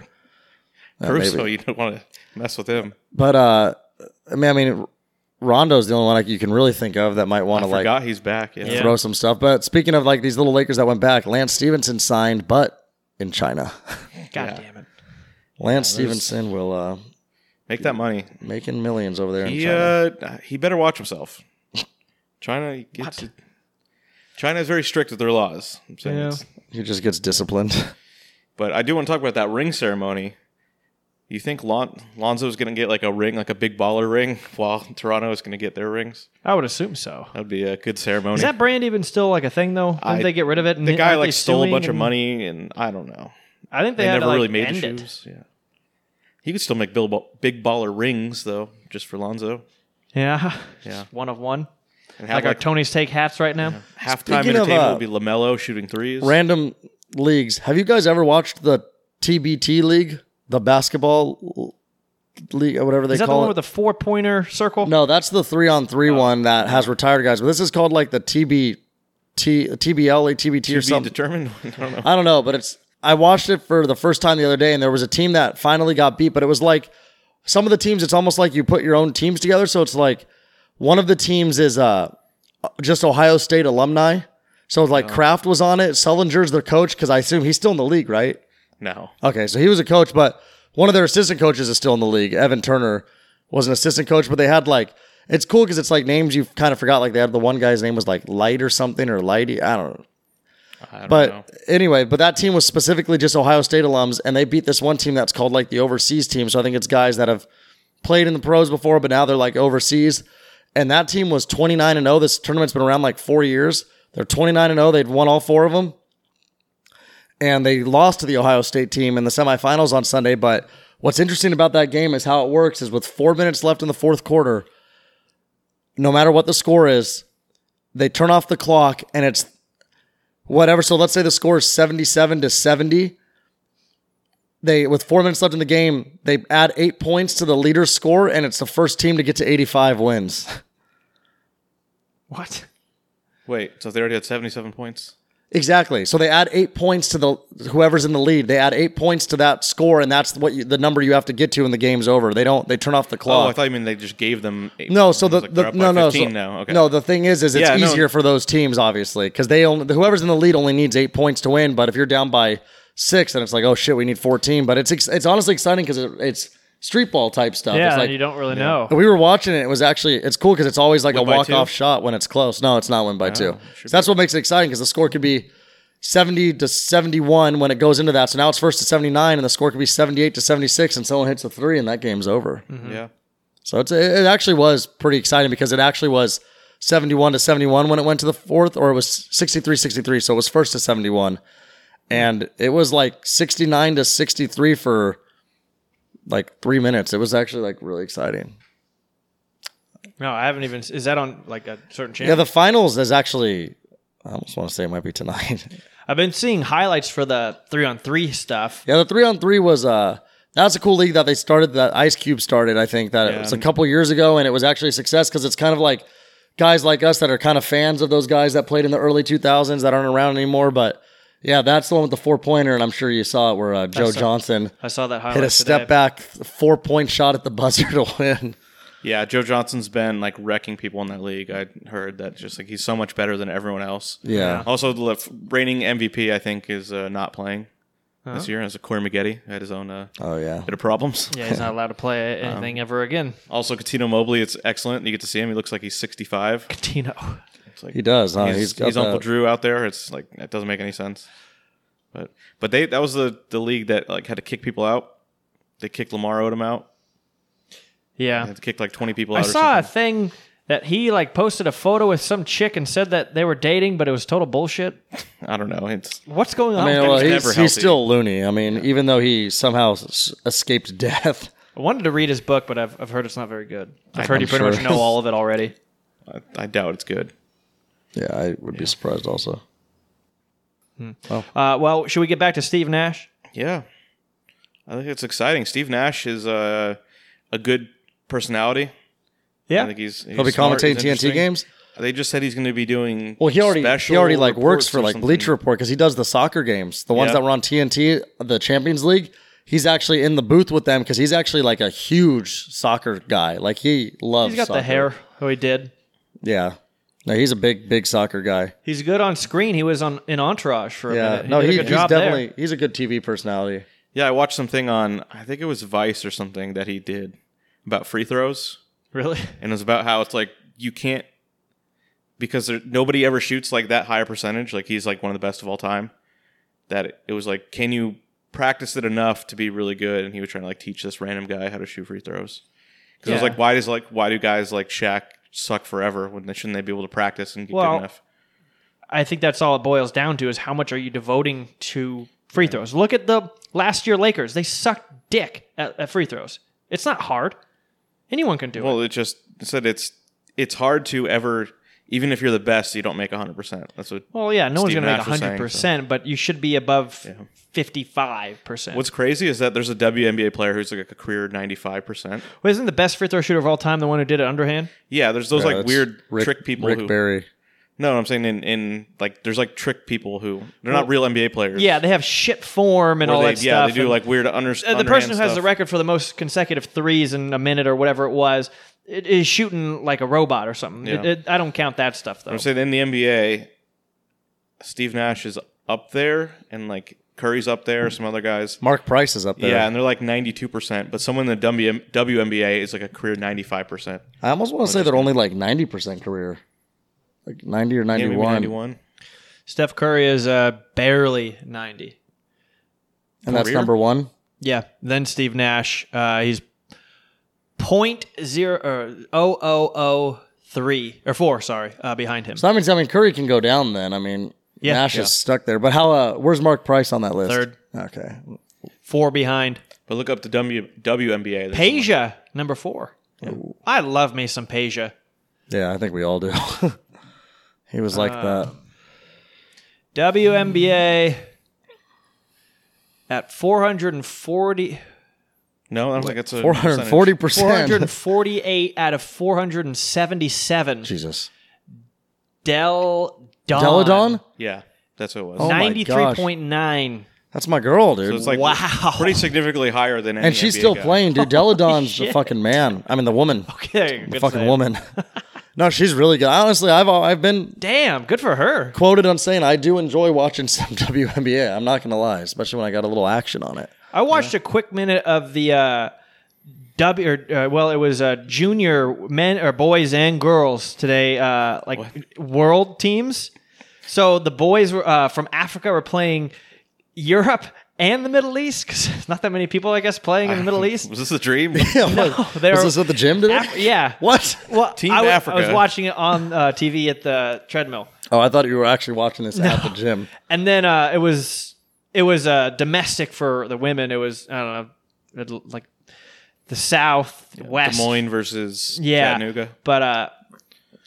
[SPEAKER 3] Uh, maybe.
[SPEAKER 4] Caruso, you don't want to mess with him.
[SPEAKER 3] But uh, I mean, I mean, Rondo's the only one like you can really think of that might
[SPEAKER 4] I
[SPEAKER 3] want to like
[SPEAKER 4] forgot he's back. Yeah.
[SPEAKER 2] Yeah.
[SPEAKER 3] throw some stuff. But speaking of like these little Lakers that went back, Lance Stevenson signed, but in China, [LAUGHS]
[SPEAKER 2] God
[SPEAKER 4] Yeah.
[SPEAKER 2] damn it.
[SPEAKER 3] Lance Stevenson will uh
[SPEAKER 4] Make that money.
[SPEAKER 3] making millions over there in
[SPEAKER 4] He
[SPEAKER 3] China.
[SPEAKER 4] uh, he better
[SPEAKER 3] [LAUGHS]
[SPEAKER 4] watch himself. China gets China is very strict with their laws. I'm saying
[SPEAKER 2] Yeah.
[SPEAKER 4] it's-
[SPEAKER 3] he just gets disciplined. [LAUGHS]
[SPEAKER 4] But I do want to talk about that ring ceremony. You think Lon- Lonzo's going to get like a ring, like a big baller ring, [LAUGHS] while Toronto is going to get their rings?
[SPEAKER 2] I would assume so.
[SPEAKER 4] That'd be a good ceremony.
[SPEAKER 2] Is that brand even still like a thing though? Didn't
[SPEAKER 4] I-
[SPEAKER 2] they get rid of it? And
[SPEAKER 4] the guy
[SPEAKER 2] aren't they
[SPEAKER 4] like stole a
[SPEAKER 2] suing
[SPEAKER 4] bunch of
[SPEAKER 2] and-
[SPEAKER 4] money, and I don't know.
[SPEAKER 2] I think they,
[SPEAKER 4] They,
[SPEAKER 2] had
[SPEAKER 4] never
[SPEAKER 2] to, like,
[SPEAKER 4] really made the
[SPEAKER 2] end it.
[SPEAKER 4] shoes. Yeah, he could still make Bill Ba- big baller rings though, just for Lonzo.
[SPEAKER 2] Yeah. [LAUGHS]
[SPEAKER 4] Yeah.
[SPEAKER 2] One of one.
[SPEAKER 4] And
[SPEAKER 2] Like
[SPEAKER 4] have
[SPEAKER 2] our
[SPEAKER 4] like,
[SPEAKER 2] Tony's take hats right now.
[SPEAKER 4] halftime
[SPEAKER 3] Speaking of,
[SPEAKER 4] entertainment
[SPEAKER 3] uh,
[SPEAKER 4] will be Lamelo shooting threes.
[SPEAKER 3] Random leagues. Have you guys ever watched the TBT league, the basketball l- league, or whatever they
[SPEAKER 2] Is that the
[SPEAKER 3] call
[SPEAKER 2] one with
[SPEAKER 3] it?
[SPEAKER 2] the Oh. four pointer circle?
[SPEAKER 3] No, that's the three on three one that has retired guys. But this is called like the TB, T, TBL, TBT or
[SPEAKER 4] to be
[SPEAKER 3] something.
[SPEAKER 4] determined. [LAUGHS] I don't know.
[SPEAKER 3] I don't know, but it's. I watched it for the first time the other day, and there was a team that finally got beat. But it was like some of the teams. It's almost like you put your own teams together. So it's like one of the teams is uh just Ohio State alumni. So like Kraft was on it. Sullinger's their coach because I assume he's still in the league, right?
[SPEAKER 4] No,
[SPEAKER 3] Okay, so he was a coach, but one of their assistant coaches is still in the league. Evan Turner was an assistant coach, but they had like it's cool because it's like names you kind of forgot. Like they had the one guy's name was like Light or something or Lighty. I don't know.
[SPEAKER 4] I don't
[SPEAKER 3] But
[SPEAKER 4] know.
[SPEAKER 3] anyway, but that team was specifically just Ohio State alums, and they beat this one team that's called like the overseas team. So I think it's guys that have played in the pros before, but now they're like overseas. And that team was 29 and 0. This tournament's been around like four years. They're 29 and 0. They'd won all four of them. And they lost to the Ohio State team in the semifinals on Sunday. But what's interesting about that game is how it works is with four minutes left in the fourth quarter, no matter what the score is, they turn off the clock and it's whatever. So let's say the score is 77 to 70. They with four minutes left in the game, they add eight points to the leader's score, and it's the first team to get to 85 wins. [LAUGHS]
[SPEAKER 2] What?
[SPEAKER 4] Wait, so they already had seventy-seven points.
[SPEAKER 3] Exactly. So they add eight points to the whoever's in the lead. They add eight points to that score, and that's what you, the number you have to get to when the game's over. They don't. They turn off the
[SPEAKER 4] Oh, I
[SPEAKER 3] clock.
[SPEAKER 4] thought you mean they just gave them. Eight
[SPEAKER 3] no. So the,
[SPEAKER 4] Like, they're
[SPEAKER 3] the
[SPEAKER 4] up by
[SPEAKER 3] no no
[SPEAKER 4] 15
[SPEAKER 3] so-
[SPEAKER 4] now. Okay.
[SPEAKER 3] no. The thing is, is it's
[SPEAKER 4] Yeah, no.
[SPEAKER 3] easier for those teams obviously because they only whoever's in the lead only needs eight points to win. But if you're down by six, then it's like oh shit, we need fourteen. But it's ex- it's honestly exciting because it, it's street ball type
[SPEAKER 2] [LAUGHS]
[SPEAKER 3] stuff.
[SPEAKER 2] Yeah,
[SPEAKER 3] it's
[SPEAKER 2] and
[SPEAKER 3] like
[SPEAKER 2] you don't really know.
[SPEAKER 3] we were watching it. It was actually it's cool because it's always like a
[SPEAKER 4] Win by
[SPEAKER 3] walk off
[SPEAKER 4] two? Oh,
[SPEAKER 3] shot when it's close. No, it's not win by two. So that's what makes it exciting because the score could be seventy to seventy one when it goes into that. So now it's first to seventy nine, and the score could be seventy eight to seventy six, and someone hits a three, and that game's over.
[SPEAKER 2] Mm-hmm.
[SPEAKER 4] Yeah.
[SPEAKER 3] So it's it actually was pretty exciting because it actually was. 71 to 71 when it went to the fourth, or it was 63 63. So it was first to 71. And it was like 69 to 63 for like three minutes. It was actually like really exciting.
[SPEAKER 2] No, I haven't even. Is that on like a certain channel?
[SPEAKER 3] Yeah, the finals is actually. I almost want to say it might be tonight. [LAUGHS]
[SPEAKER 2] I've been seeing highlights for the three on three stuff.
[SPEAKER 3] yeah, the three on three was uh that's a cool league that they started that Ice Cube started. I think that it was a couple years ago, and it was actually a success because it's kind of like guys like us that are kind of fans of those guys that played in the early two thousands that aren't around anymore. But yeah, that's the one with the four pointer, and I'm sure you saw it where uh, Joe
[SPEAKER 2] saw-
[SPEAKER 3] Johnson
[SPEAKER 2] I saw that highlight.
[SPEAKER 3] hit a step
[SPEAKER 2] today.
[SPEAKER 3] back four point shot at the [LAUGHS] buzzer to win.
[SPEAKER 4] Yeah, Joe Johnson's been like wrecking people in that league. I heard that just like he's so much better than everyone else.
[SPEAKER 3] Yeah.
[SPEAKER 4] Also, the f- reigning MVP I think is uh, not playing this year. As a Corey Maggette had his own uh,
[SPEAKER 3] Oh yeah.
[SPEAKER 4] bit of problems.
[SPEAKER 2] Yeah, he's not allowed to
[SPEAKER 4] [LAUGHS]
[SPEAKER 2] play
[SPEAKER 4] Um,
[SPEAKER 2] anything ever again.
[SPEAKER 4] Also, Katino Mobley, it's excellent. You get to see him. He looks like he's 65.
[SPEAKER 2] Tino.
[SPEAKER 4] It's like
[SPEAKER 3] He does. Huh?
[SPEAKER 4] he's,
[SPEAKER 3] He's got
[SPEAKER 4] he's Uncle
[SPEAKER 3] that-
[SPEAKER 4] Drew out there. It's like it doesn't make any sense. But but they that was the the league that like had to kick people out. They kicked Lamar Odom out. They
[SPEAKER 2] Yeah,
[SPEAKER 4] had to kick like 20 people
[SPEAKER 2] I
[SPEAKER 4] out. or
[SPEAKER 2] saw a
[SPEAKER 4] something.
[SPEAKER 2] thing that he like posted a photo with some chick and said that they were dating, but it was total bullshit.
[SPEAKER 4] I don't know. It's
[SPEAKER 2] What's going on?
[SPEAKER 3] I mean,
[SPEAKER 2] with
[SPEAKER 3] well,
[SPEAKER 4] was
[SPEAKER 2] that?
[SPEAKER 3] he's,
[SPEAKER 4] never
[SPEAKER 3] he's
[SPEAKER 4] healthy.
[SPEAKER 3] still loony. I mean, even though he somehow s- escaped [LAUGHS] death,
[SPEAKER 2] I wanted to read his book, but I've, I've heard it's not very good. I've heard
[SPEAKER 3] I'm
[SPEAKER 2] you pretty
[SPEAKER 3] sure.
[SPEAKER 2] much know all of
[SPEAKER 3] [LAUGHS]
[SPEAKER 2] it already.
[SPEAKER 4] I, I doubt it's good.
[SPEAKER 3] yeah, I would be surprised also.
[SPEAKER 2] Uh, well, should we get back to Steve Nash?
[SPEAKER 4] Yeah. I think it's exciting. Steve Nash is uh, a good personality. I
[SPEAKER 2] Yeah,
[SPEAKER 4] think he's, he's
[SPEAKER 3] He'll be
[SPEAKER 4] smart, he's
[SPEAKER 3] commentating TNT
[SPEAKER 4] interesting.
[SPEAKER 3] games.
[SPEAKER 4] They just said he's going to be doing.
[SPEAKER 3] Well, he already
[SPEAKER 4] special
[SPEAKER 3] he already like works
[SPEAKER 4] reports
[SPEAKER 3] for
[SPEAKER 4] or
[SPEAKER 3] like
[SPEAKER 4] something.
[SPEAKER 3] Bleacher Report because he does the soccer games, the ones
[SPEAKER 4] Yeah.
[SPEAKER 3] that were on TNT, the Champions League. He's actually in the booth with them because he's actually like a huge soccer guy. Like he loves.
[SPEAKER 2] he's got
[SPEAKER 3] soccer.
[SPEAKER 2] the hair. Oh, he did.
[SPEAKER 3] Yeah. No, he's a big, big soccer guy.
[SPEAKER 2] He's good on screen. He was on in Entourage for a
[SPEAKER 3] Yeah.
[SPEAKER 2] minute.
[SPEAKER 3] no,
[SPEAKER 2] did a
[SPEAKER 3] he,
[SPEAKER 2] good
[SPEAKER 3] he's
[SPEAKER 2] job there.
[SPEAKER 3] definitely he's a good TV personality.
[SPEAKER 4] Yeah, I watched something on I think it was Vice or something that he did about free throws,
[SPEAKER 2] [LAUGHS] really.
[SPEAKER 4] and it was about how it's like you can't because there, nobody ever shoots like that high a percentage. Like he's like one of the best of all time. That it, it was like, can you practice it enough to be really good? And he was trying to like teach this random guy how to shoot free throws. Because I was
[SPEAKER 2] Yeah.
[SPEAKER 4] like, why does like why do guys like Shaq suck forever when they shouldn't they be able to practice and get
[SPEAKER 2] Well,
[SPEAKER 4] good enough?
[SPEAKER 2] I think that's all it boils down to is how much are you devoting to free throws. Look at the last year Lakers. They sucked dick at, at free throws. It's not hard. Anyone can do it.
[SPEAKER 4] Well, it just it said it's it's hard to ever even if you're the best, you don't make hundred percent. That's what
[SPEAKER 2] Well, yeah, no one's
[SPEAKER 4] Steve
[SPEAKER 2] going to make
[SPEAKER 4] Nash was saying,
[SPEAKER 2] 100%,
[SPEAKER 4] so-
[SPEAKER 2] but you should be above 55%.
[SPEAKER 4] What's crazy is that there's a WNBA player who's like a career 95%.
[SPEAKER 2] Well, isn't the best free throw shooter of all time the one who did it underhand?
[SPEAKER 4] Yeah, there's those
[SPEAKER 3] Yeah,
[SPEAKER 4] like
[SPEAKER 3] that's
[SPEAKER 4] weird
[SPEAKER 3] Uh, Rick-
[SPEAKER 4] trick people
[SPEAKER 3] Rick
[SPEAKER 4] who
[SPEAKER 3] Barry.
[SPEAKER 4] No, I'm saying in in like there's like trick people who they're not real NBA players.
[SPEAKER 2] Yeah, they have shit form and
[SPEAKER 4] Where
[SPEAKER 2] all
[SPEAKER 4] they,
[SPEAKER 2] that
[SPEAKER 4] yeah,
[SPEAKER 2] stuff.
[SPEAKER 4] they do
[SPEAKER 2] and-
[SPEAKER 4] like weird under
[SPEAKER 2] Uh, the person who has the
[SPEAKER 4] record.
[SPEAKER 2] record for the most consecutive threes in a minute or whatever it was it, is shooting like a robot or something. It-
[SPEAKER 4] Yeah.
[SPEAKER 2] it- I don't count that stuff though.
[SPEAKER 4] I'm saying in the NBA Steve Nash is up there and like Curry's up there, some other guys.
[SPEAKER 3] Mark Price is up there.
[SPEAKER 4] Yeah, and they're like 92%, but someone in the WM, WNBA is like a career 95%.
[SPEAKER 3] I almost want to say they're only like ninety percent career, like ninety or
[SPEAKER 4] Yeah, maybe
[SPEAKER 3] 91,
[SPEAKER 4] 91.
[SPEAKER 2] Steph Curry is uh, barely 90.
[SPEAKER 3] and that's
[SPEAKER 4] Career?
[SPEAKER 3] number one.
[SPEAKER 2] Yeah. Then Steve Nash, uh, he's point zero or oh oh oh three or four, sorry, uh, behind him.
[SPEAKER 3] So that means I mean Curry can go down then. I mean
[SPEAKER 2] Yeah.
[SPEAKER 3] Nash
[SPEAKER 2] Yeah.
[SPEAKER 3] is stuck there. But how? Uh, where's Mark Price on that list?
[SPEAKER 2] Third.
[SPEAKER 3] Okay.
[SPEAKER 2] Four behind.
[SPEAKER 4] But look up the w, WNBA. There's someone-
[SPEAKER 2] Peja, number four. I love me some Peja.
[SPEAKER 3] Yeah, I think we all do. [LAUGHS] he was
[SPEAKER 2] Uh,
[SPEAKER 3] like that.
[SPEAKER 2] WNBA at 440.
[SPEAKER 4] No, I don't think it's a
[SPEAKER 3] Four hundred forty
[SPEAKER 4] percentage.
[SPEAKER 3] percent.
[SPEAKER 2] 448 out of 477.
[SPEAKER 3] [LAUGHS] Jesus.
[SPEAKER 2] Del Don.
[SPEAKER 3] Deladon.
[SPEAKER 4] Yeah. That's what it was.
[SPEAKER 3] Oh my
[SPEAKER 2] Ninety three point nine. [LAUGHS]
[SPEAKER 3] That's my girl, dude.
[SPEAKER 4] So it's like
[SPEAKER 2] Wow.
[SPEAKER 4] pretty significantly higher than any
[SPEAKER 3] and she's
[SPEAKER 4] NBA
[SPEAKER 3] still
[SPEAKER 4] guy.
[SPEAKER 2] [LAUGHS]
[SPEAKER 3] playing, dude. Deladon's the
[SPEAKER 2] shit.
[SPEAKER 3] fucking man. I mean, the woman.
[SPEAKER 2] Okay,
[SPEAKER 3] The
[SPEAKER 2] good
[SPEAKER 3] fucking
[SPEAKER 2] save. [LAUGHS]
[SPEAKER 3] woman. no, she's really good. Honestly, I've al- I've been
[SPEAKER 2] Damn, good for her.
[SPEAKER 3] quoted on saying I do enjoy watching [LAUGHS] some WNBA. I'm not gonna lie, especially when I got a little action on it. [LAUGHS]
[SPEAKER 2] I watched a quick minute of the uh, W. Or, uh, well, it was uh, junior men or boys and girls today, uh, like world teams. So the boys were, uh, from Africa were playing Europe and the Middle East because [LAUGHS] not that many people, I guess, playing in the
[SPEAKER 4] [LAUGHS]
[SPEAKER 2] Middle East.
[SPEAKER 4] Was this a dream?
[SPEAKER 3] [LAUGHS] Yeah,
[SPEAKER 2] No, they
[SPEAKER 3] was
[SPEAKER 2] were-
[SPEAKER 3] this at the gym today?
[SPEAKER 2] Af- yeah.
[SPEAKER 3] What?
[SPEAKER 2] Well,
[SPEAKER 4] Team
[SPEAKER 2] I wa- I was
[SPEAKER 4] Africa.
[SPEAKER 2] watching it on uh, TV at the treadmill.
[SPEAKER 3] Oh, I thought you were actually watching this at the gym.
[SPEAKER 2] and then uh, it was it was uh, domestic for the women. It was I don't know, it l- like the South West,
[SPEAKER 4] Des Moines versus
[SPEAKER 2] yeah,
[SPEAKER 4] Chattanooga.
[SPEAKER 2] But uh,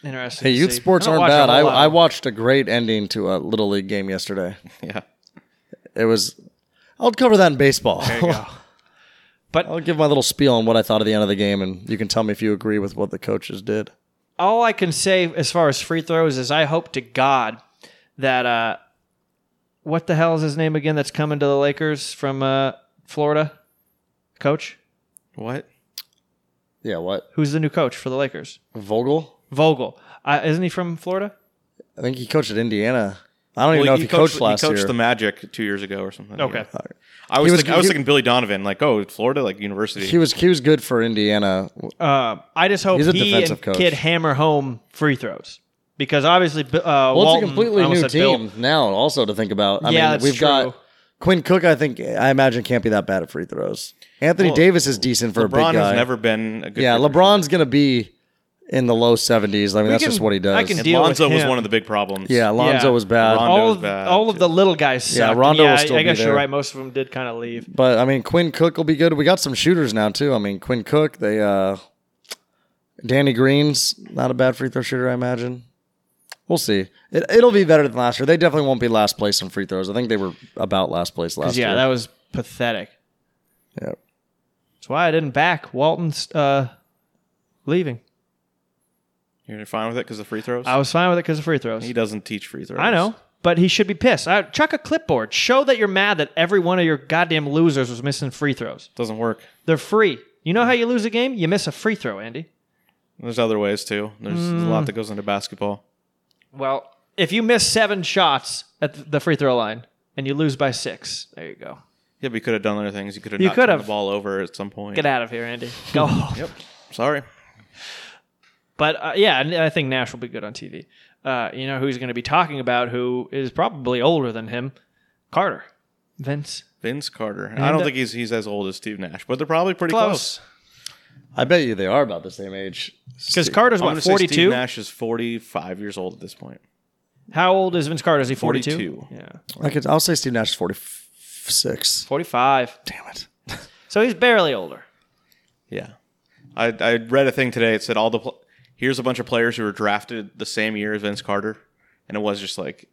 [SPEAKER 2] interesting.
[SPEAKER 3] Hey,
[SPEAKER 2] to
[SPEAKER 3] youth
[SPEAKER 2] see.
[SPEAKER 3] sports
[SPEAKER 2] I don't
[SPEAKER 3] aren't
[SPEAKER 2] watch a
[SPEAKER 3] bad. I,
[SPEAKER 2] whole lot
[SPEAKER 3] I
[SPEAKER 2] of-
[SPEAKER 3] watched a great ending to a little league game yesterday.
[SPEAKER 4] Yeah.
[SPEAKER 3] It was. I'll cover that in baseball. [LAUGHS]
[SPEAKER 2] But
[SPEAKER 3] I'll give my little spiel on what I thought at the end of the game, and you can tell me if you agree with what the coaches did.
[SPEAKER 2] all I can say as far as free throws is I hope to God that uh, what the hell is his name again? That's coming to the Lakers from uh, Florida, coach.
[SPEAKER 4] What?
[SPEAKER 3] Yeah, what?
[SPEAKER 2] Who's the new coach for the Lakers?
[SPEAKER 3] Vogel?
[SPEAKER 2] Vogel. Uh, isn't he from Florida?
[SPEAKER 3] I think he coached at Indiana. I don't even know
[SPEAKER 4] Well,
[SPEAKER 3] if he coached, last
[SPEAKER 4] he coached
[SPEAKER 3] year.
[SPEAKER 4] the Magic two years ago or something.
[SPEAKER 2] Okay.
[SPEAKER 4] Yeah. I was,
[SPEAKER 3] He was-
[SPEAKER 4] thinking, I was
[SPEAKER 3] he-
[SPEAKER 4] thinking Billy Donovan, like, oh, Florida, like university.
[SPEAKER 3] he was he was good for Indiana.
[SPEAKER 2] Uh, I just hope
[SPEAKER 3] He's a
[SPEAKER 2] he
[SPEAKER 3] defensive
[SPEAKER 2] and
[SPEAKER 3] coach.
[SPEAKER 2] kid hammer home free throws because obviously, uh,
[SPEAKER 3] Well, it's a
[SPEAKER 2] Walton- I
[SPEAKER 3] completely
[SPEAKER 2] almost
[SPEAKER 3] new
[SPEAKER 2] said Bill.
[SPEAKER 3] team now. Also to think about. I
[SPEAKER 2] Yeah,
[SPEAKER 3] mean,
[SPEAKER 2] that's
[SPEAKER 3] we've
[SPEAKER 2] true.
[SPEAKER 3] got Quinn Cook. I think I imagine can't be that bad at free throws. Anthony
[SPEAKER 4] Well,
[SPEAKER 3] Davis is decent for a big
[SPEAKER 4] LeBron
[SPEAKER 3] guy.
[SPEAKER 4] has never been a good.
[SPEAKER 3] yeah,
[SPEAKER 4] free throw
[SPEAKER 3] LeBron's gonna be in the low seventies. I mean, that's
[SPEAKER 2] can-
[SPEAKER 3] just what he does.
[SPEAKER 2] I can
[SPEAKER 4] shooter. And
[SPEAKER 2] deal with
[SPEAKER 4] Lonzo was
[SPEAKER 2] him.
[SPEAKER 4] one of the big problems.
[SPEAKER 3] yeah, Lonzo
[SPEAKER 2] Yeah.
[SPEAKER 3] was bad,
[SPEAKER 4] LeBron-
[SPEAKER 2] all
[SPEAKER 4] Rondo's
[SPEAKER 2] of,
[SPEAKER 4] bad,
[SPEAKER 2] all of
[SPEAKER 4] too.
[SPEAKER 2] the little guys. Sucked.
[SPEAKER 3] Yeah,
[SPEAKER 2] And
[SPEAKER 3] Rondo
[SPEAKER 2] yeah,
[SPEAKER 3] will still
[SPEAKER 2] I, I
[SPEAKER 3] be
[SPEAKER 2] guess you're
[SPEAKER 3] there.
[SPEAKER 2] right. Most of them did kind of leave.
[SPEAKER 3] but I mean, Quinn Cook will be good. We got some shooters now too. I mean, Quinn Cook, they, uh, Danny Green's not a bad free throw shooter, I imagine. We'll see. It, it'll be better than last year. They definitely won't be last place in free throws. I think they were about last place
[SPEAKER 2] 'Cause,
[SPEAKER 3] last
[SPEAKER 2] yeah,
[SPEAKER 3] year.
[SPEAKER 2] that was pathetic.
[SPEAKER 3] yeah.
[SPEAKER 2] That's why I didn't back Walton's uh, leaving.
[SPEAKER 4] You're fine with it because of free throws.
[SPEAKER 2] I was fine with it because of free throws.
[SPEAKER 4] he doesn't teach free throws.
[SPEAKER 2] I know, but he should be pissed. I, chuck a clipboard. Show that you're mad that every one of your goddamn losers was missing free throws.
[SPEAKER 4] Doesn't work.
[SPEAKER 2] They're free. You know how you lose a game? You miss a free throw, Andy.
[SPEAKER 4] There's other ways too. There's a
[SPEAKER 2] Mm.
[SPEAKER 4] lot that goes into basketball.
[SPEAKER 2] Well, if you miss seven shots at the free throw line and you lose by six, there you go.
[SPEAKER 4] Yeah, but you could have done other things. You could have
[SPEAKER 2] You
[SPEAKER 4] not
[SPEAKER 2] could
[SPEAKER 4] turned
[SPEAKER 2] have.
[SPEAKER 4] the ball over at some point.
[SPEAKER 2] Get out of here, Andy. [LAUGHS] Go. home.
[SPEAKER 4] Yep. Sorry.
[SPEAKER 2] But uh, yeah, and I think Nash will be good on TV. Uh, you know who's going to be talking about who is probably older than him? Carter, Vince,
[SPEAKER 4] Vince Carter. I don't
[SPEAKER 2] uh,
[SPEAKER 4] think he's he's as old as Steve Nash, but they're probably pretty close.
[SPEAKER 2] close.
[SPEAKER 3] I bet you they are about the same age.
[SPEAKER 2] Because Carter's
[SPEAKER 4] I'm
[SPEAKER 2] what
[SPEAKER 4] gonna say Steve
[SPEAKER 2] forty-two.
[SPEAKER 4] Nash is 45 years old at this point.
[SPEAKER 2] How old is Vince Carter? Is he forty-two?
[SPEAKER 4] 42.
[SPEAKER 2] Yeah,
[SPEAKER 3] I could. I'll say Steve Nash is forty-six.
[SPEAKER 2] forty-five.
[SPEAKER 3] Damn it.
[SPEAKER 2] So he's barely older.
[SPEAKER 4] Yeah. I I read a thing today. It said all the pl- here's a bunch of players who were drafted the same year as Vince Carter, and it was just like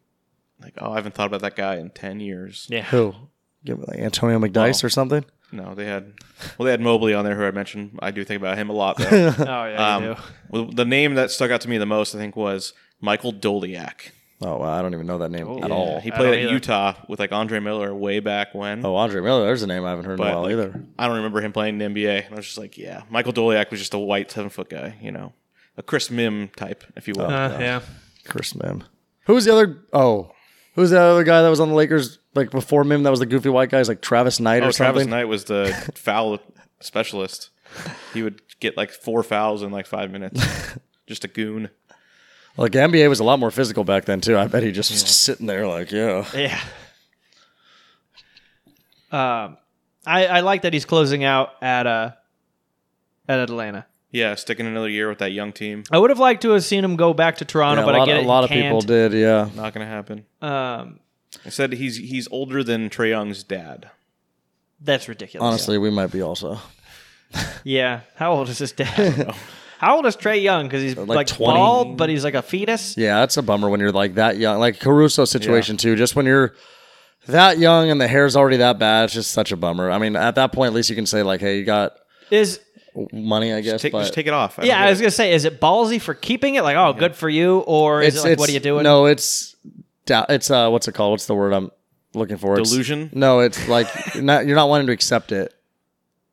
[SPEAKER 4] like oh I haven't thought about that guy in 10 years.
[SPEAKER 2] Yeah.
[SPEAKER 3] Who? Oh. Give it like Antonio McDice or something.
[SPEAKER 4] No, they had well they had Mobley on there who I mentioned. I do think about him a lot though.
[SPEAKER 2] Oh yeah. you
[SPEAKER 4] um,
[SPEAKER 2] do.
[SPEAKER 4] well, the name that stuck out to me the most I think was Michael Doliak.
[SPEAKER 3] Oh, wow, I don't even know that name at
[SPEAKER 4] Yeah.
[SPEAKER 3] all.
[SPEAKER 4] He
[SPEAKER 2] I
[SPEAKER 4] played
[SPEAKER 2] don't
[SPEAKER 4] at
[SPEAKER 2] either.
[SPEAKER 4] Utah with like Andre Miller way back when.
[SPEAKER 3] Oh, Andre Miller. There's a name I haven't heard in
[SPEAKER 4] But,
[SPEAKER 3] a while
[SPEAKER 4] like,
[SPEAKER 3] either.
[SPEAKER 4] I don't remember him playing in the NBA. And I was just like, yeah, Michael Doliak was just a white seven foot guy, you know, a Chris Mim type, if you will.
[SPEAKER 2] Uh, yeah.
[SPEAKER 3] Chris Mim. Who was the other? Oh, who was the other guy that was on the Lakers like before Mim? That was the goofy white guy, He's like Travis Knight
[SPEAKER 4] oh,
[SPEAKER 3] or
[SPEAKER 4] Travis
[SPEAKER 3] something.
[SPEAKER 4] Knight was
[SPEAKER 2] [LAUGHS]
[SPEAKER 4] the foul specialist. He would get like four fouls in like five minutes.
[SPEAKER 2] [LAUGHS]
[SPEAKER 4] just a goon.
[SPEAKER 3] Like NBA was a lot more physical back then too. I bet he just was just sitting there like, yeah.
[SPEAKER 2] Yeah. Um, I I like that he's closing out at uh at Atlanta.
[SPEAKER 4] Yeah, sticking another year with that young team.
[SPEAKER 2] I would have liked to have seen him go back to Toronto,
[SPEAKER 3] Yeah,
[SPEAKER 2] but
[SPEAKER 3] a lot,
[SPEAKER 2] I get
[SPEAKER 3] a
[SPEAKER 2] it,
[SPEAKER 3] lot of
[SPEAKER 2] he
[SPEAKER 3] people
[SPEAKER 2] can't.
[SPEAKER 3] did. Yeah,
[SPEAKER 4] Not going to happen.
[SPEAKER 2] Um,
[SPEAKER 4] I said he's he's older than Trey Young's dad.
[SPEAKER 2] that's ridiculous.
[SPEAKER 3] honestly, we might be also
[SPEAKER 2] yeah. How old is his
[SPEAKER 3] [LAUGHS]
[SPEAKER 2] dad? How old is Trey Young? Because he's like,
[SPEAKER 3] 20.
[SPEAKER 2] bald, but he's like a fetus.
[SPEAKER 3] Yeah, that's a bummer when you're like that young, like Caruso situation too. Just when you're that young and the hair's already that bad, it's just such a bummer. I mean, at that point, at least you can say like, hey, you got
[SPEAKER 2] Is
[SPEAKER 3] money, I guess.
[SPEAKER 4] Take,
[SPEAKER 3] but
[SPEAKER 4] just take it off. I don't
[SPEAKER 2] yeah. I
[SPEAKER 4] get
[SPEAKER 2] was
[SPEAKER 4] it.
[SPEAKER 2] gonna say, is it ballsy for keeping it? Like, oh, good for you, or is it like, what are you doing?
[SPEAKER 3] No, it's doubt. It's uh, what's it called? What's the word I'm looking for? It's-
[SPEAKER 4] Delusion?
[SPEAKER 3] no, it's like [LAUGHS] not, you're not wanting to accept it.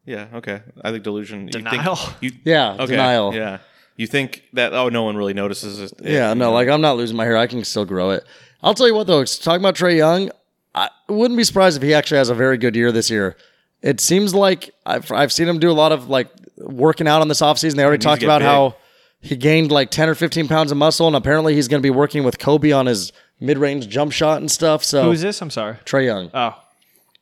[SPEAKER 4] Yeah. Okay. I think delusion.
[SPEAKER 2] Denial?
[SPEAKER 4] You think, you,
[SPEAKER 3] Yeah,
[SPEAKER 4] okay.
[SPEAKER 3] denial.
[SPEAKER 4] Yeah. You think that oh no one really notices it.
[SPEAKER 3] Yeah, no, like I'm not losing my hair. I can still grow it. I'll tell you what though, it's- talking about Trey Young, I wouldn't be surprised if he actually has a very good year this year. It seems like I've I've seen him do a lot of like working out on this offseason. They already
[SPEAKER 4] needs to
[SPEAKER 3] talked
[SPEAKER 4] get
[SPEAKER 3] about
[SPEAKER 4] big.
[SPEAKER 3] how he gained like 10 or 15 pounds of muscle, and apparently he's going to be working with Kobe on his mid range jump shot and stuff. So
[SPEAKER 2] Who's this? I'm sorry.
[SPEAKER 3] Trey Young,
[SPEAKER 2] Oh,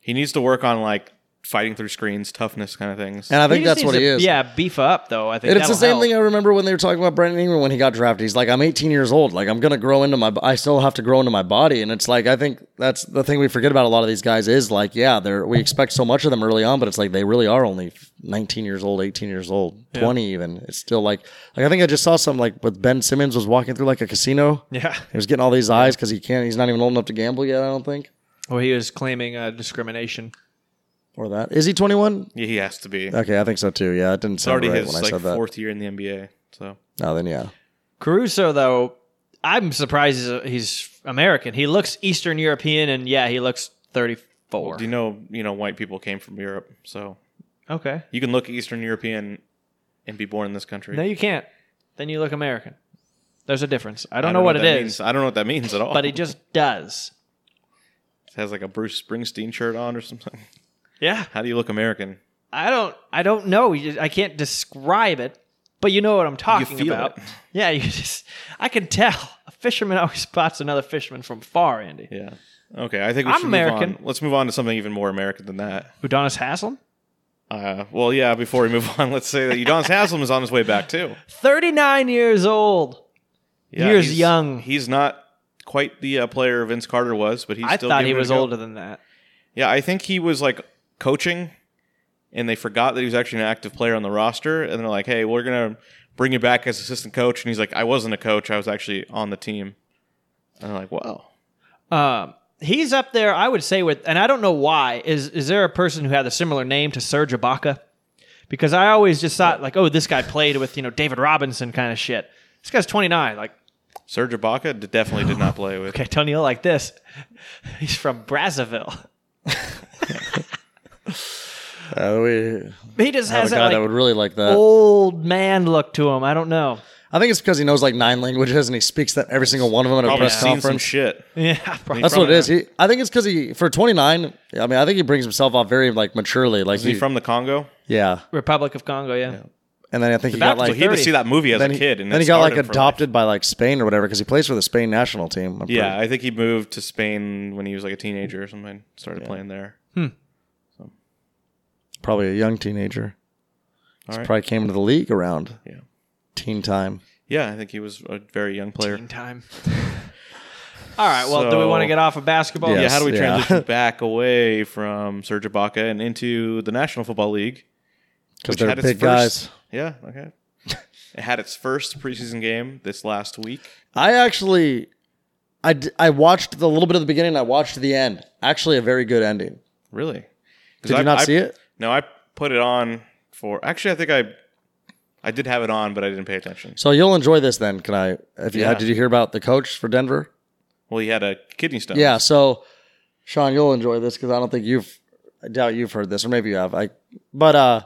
[SPEAKER 4] he needs to work on like fighting through screens, toughness kind of things.
[SPEAKER 3] and I think
[SPEAKER 2] He just
[SPEAKER 3] that's what
[SPEAKER 2] needs
[SPEAKER 3] he
[SPEAKER 2] to,
[SPEAKER 3] is.
[SPEAKER 2] Yeah, beef up though. I think
[SPEAKER 3] And it's the
[SPEAKER 2] that'll
[SPEAKER 3] same
[SPEAKER 2] help.
[SPEAKER 3] thing I remember when they were talking about Brandon Ingram when he got drafted. He's like, I'm 18 years old. Like, I'm going to grow into my, I still have to grow into my body. And it's like, I think that's the thing we forget about a lot of these guys is like, yeah, they're, we expect so much of them early on, but it's like they really are only 19 years old, 18 years old, 20 even. It's still like, like, I think I just saw some like with Ben Simmons was walking through like a casino.
[SPEAKER 2] [LAUGHS] Yeah.
[SPEAKER 3] He was getting all these eyes because he can't, he's not even old enough to gamble yet, I don't think.
[SPEAKER 2] Well, he was claiming uh, discrimination.
[SPEAKER 3] Or that. Is he 21?
[SPEAKER 4] Yeah, he has to be. It's
[SPEAKER 3] Okay, I think so too. Yeah, it didn't sound
[SPEAKER 4] already
[SPEAKER 3] right
[SPEAKER 4] his
[SPEAKER 3] when I
[SPEAKER 4] like
[SPEAKER 3] said that.
[SPEAKER 4] fourth year in the NBA. So
[SPEAKER 3] No, then yeah.
[SPEAKER 2] Caruso, though, I'm surprised he's, he's American. He looks Eastern European, and yeah, he looks 34.
[SPEAKER 4] do you know you know white people came from Europe, so
[SPEAKER 2] okay.
[SPEAKER 4] you can look Eastern European and be born in this country.
[SPEAKER 2] No, you can't. Then you look American. There's a difference. I don't,
[SPEAKER 4] I
[SPEAKER 2] know, what it
[SPEAKER 4] that
[SPEAKER 2] is,
[SPEAKER 4] means. I don't know what that means at all.
[SPEAKER 2] but he just does.
[SPEAKER 4] has like a Bruce Springsteen shirt on or something. [LAUGHS]
[SPEAKER 2] Yeah.
[SPEAKER 4] How do you look American?
[SPEAKER 2] I don't. I don't know. You- I can't describe it, but you know what I'm talking
[SPEAKER 4] feel
[SPEAKER 2] about.
[SPEAKER 4] it.
[SPEAKER 2] [LAUGHS] Yeah, you just. I can tell. A fisherman [LAUGHS] always spots another fisherman from far. Andy
[SPEAKER 4] Yeah. Okay, I think we
[SPEAKER 2] I'm
[SPEAKER 4] should move
[SPEAKER 2] American.
[SPEAKER 4] on. Let's move on to something even more American than that.
[SPEAKER 2] Udonis Haslam,
[SPEAKER 4] Uh, well, yeah. Before we move [LAUGHS] on, let's say that Udonis Haslam is on his way back too.
[SPEAKER 2] 39 years old.
[SPEAKER 4] Yeah,
[SPEAKER 2] Years
[SPEAKER 4] he's-
[SPEAKER 2] young.
[SPEAKER 4] He's not quite the uh, player Vince Carter was, but he's.
[SPEAKER 2] I
[SPEAKER 4] still
[SPEAKER 2] thought
[SPEAKER 4] giving
[SPEAKER 2] he
[SPEAKER 4] it a
[SPEAKER 2] was
[SPEAKER 4] go.
[SPEAKER 2] older than that.
[SPEAKER 4] Yeah, I think he was like coaching, and they forgot that he was actually an active player on the roster, and they're like, "Hey, we're gonna bring you back as assistant coach," and he's like, "I wasn't a coach; I was actually on the team." And they're like, "Wow."
[SPEAKER 2] Um, he's up there, I would say, with, and I don't know why. Is is there a person who had a similar name to Serge Ibaka? Because I always just thought like, oh, this guy played with you know David Robinson kind of shit. This guy's 29. Like,
[SPEAKER 4] Serge Ibaka d- definitely did not
[SPEAKER 2] [SIGHS]
[SPEAKER 4] play with.
[SPEAKER 2] okay, Tony like this. [LAUGHS] He's from Brazzaville. [LAUGHS]
[SPEAKER 3] Uh, we
[SPEAKER 2] He just
[SPEAKER 3] have a
[SPEAKER 2] has
[SPEAKER 3] guy
[SPEAKER 2] that
[SPEAKER 3] that
[SPEAKER 2] like,
[SPEAKER 3] would really like that.
[SPEAKER 2] old man look to him. I don't know. [LAUGHS]
[SPEAKER 3] I think it's because he knows like nine languages and he speaks that every single one of them at a
[SPEAKER 4] Probably
[SPEAKER 3] press
[SPEAKER 4] seen some
[SPEAKER 3] conference.
[SPEAKER 4] shit.
[SPEAKER 2] Yeah, probably.
[SPEAKER 3] That's what it
[SPEAKER 4] Probably
[SPEAKER 3] is. He, I think it's because he for 29. I mean, I think he brings himself off very like maturely. Like
[SPEAKER 4] Is he
[SPEAKER 3] he-
[SPEAKER 4] from the Congo?
[SPEAKER 3] yeah,
[SPEAKER 2] Republic of Congo. Yeah.
[SPEAKER 3] and then I think he
[SPEAKER 2] About
[SPEAKER 3] got
[SPEAKER 2] to
[SPEAKER 3] like
[SPEAKER 4] So he had to
[SPEAKER 2] 30.
[SPEAKER 4] see that movie as
[SPEAKER 3] then
[SPEAKER 4] a
[SPEAKER 3] he,
[SPEAKER 4] kid, and
[SPEAKER 3] then
[SPEAKER 4] it
[SPEAKER 3] he got like
[SPEAKER 4] started for-
[SPEAKER 3] adopted by like Spain or whatever because he plays for the Spain national team. I'm
[SPEAKER 4] Yeah, I think he moved to Spain when he was like a teenager or something. Started playing there.
[SPEAKER 3] pretty- probably a young teenager.
[SPEAKER 4] All right.
[SPEAKER 3] Probably came to the league around
[SPEAKER 4] Yeah.
[SPEAKER 3] teen time.
[SPEAKER 4] Yeah, I think he was a very young player.
[SPEAKER 2] Game time. [LAUGHS] All right. Well, do we
[SPEAKER 4] So-
[SPEAKER 2] want to get off of basketball?
[SPEAKER 3] Yeah.
[SPEAKER 4] yeah, how do we
[SPEAKER 3] Yes, yeah. [LAUGHS]
[SPEAKER 4] transition back away from Serge Ibaka and into the National Football League?
[SPEAKER 3] Because
[SPEAKER 4] which
[SPEAKER 3] they're
[SPEAKER 4] had its
[SPEAKER 3] big
[SPEAKER 4] first-
[SPEAKER 3] guys.
[SPEAKER 4] Yeah, okay. it had its first preseason game this last week.
[SPEAKER 3] I actually, I, d- I watched the little bit of the beginning. I watched the end. Actually, a very good ending.
[SPEAKER 4] Really?
[SPEAKER 3] Did you not see it?
[SPEAKER 4] No, I put it on for. Actually, I think I, I did have it on, but I didn't pay attention.
[SPEAKER 3] So you'll enjoy this then. Can I? If you
[SPEAKER 4] Yeah.
[SPEAKER 3] did you hear about the coach for Denver?
[SPEAKER 4] Well, he had a kidney stone.
[SPEAKER 3] Yeah. So, Sean, you'll enjoy this because I don't think you've, I doubt you've heard this, or maybe you have. I, but uh,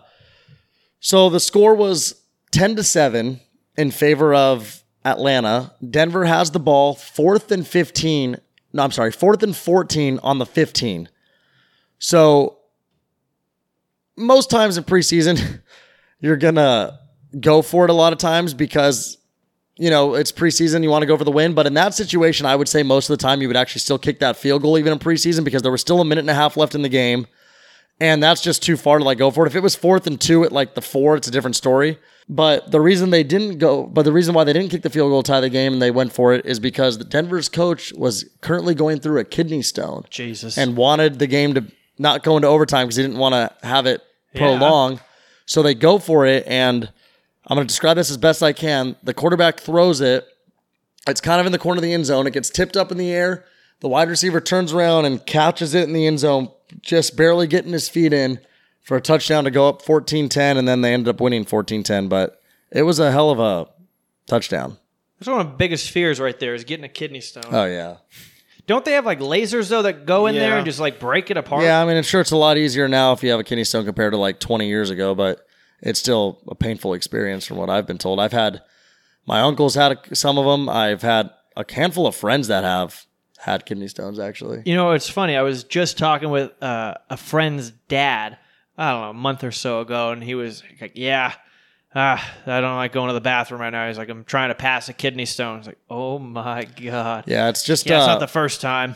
[SPEAKER 3] so the score was ten to seven in favor of Atlanta. Denver has the ball, fourth and fifteen. No, I'm sorry, fourth and fourteen on the fifteen. So, most times in preseason, [LAUGHS] you're gonna go for it a lot of times because you know, it's preseason, you want to go for the win. But in that situation, I would say most of the time you would actually still kick that field goal, even in preseason, because there was still a minute and a half left in the game. And that's just too far to like go for it. If it was fourth and two at like the four, it's a different story. But the reason they didn't go, but the reason why they didn't kick the field goal to tie the game and they went for it is because the Denver's coach was currently going through a kidney stone
[SPEAKER 2] Jesus.
[SPEAKER 3] and wanted the game to not go into overtime because he didn't want to have it prolonged. So they go for it, and I'm going to describe this as best I can. The quarterback throws it. It's kind of in the corner of the end zone. It gets tipped up in the air. The wide receiver turns around and catches it in the end zone, just barely getting his feet in for a touchdown to go up 14 10. And then they ended up winning 14 10. But it was a hell of a touchdown. Uh.
[SPEAKER 2] That's one of my biggest fears right there is getting a kidney stone.
[SPEAKER 3] Oh, yeah.
[SPEAKER 2] Don't they have like lasers though that go in there
[SPEAKER 4] Yeah.
[SPEAKER 2] and just like break it apart?
[SPEAKER 3] Yeah, I mean, I'm sure it's a lot easier now if you have a kidney stone compared to like 20 years ago, but it's still a painful experience from what I've been told. I've had my uncles had a, some of them. I've had a handful of friends that have had kidney stones actually.
[SPEAKER 2] You know, it's funny. I was just talking with uh, a friend's dad, I don't know, a month or so ago, and he was like, Yeah, ah, I don't like going to the bathroom right now. He's like, I'm trying to pass a kidney stone. It's like, Oh my God. Yeah,
[SPEAKER 3] Yeah, it's just
[SPEAKER 2] it's
[SPEAKER 3] uh,
[SPEAKER 2] not the first time.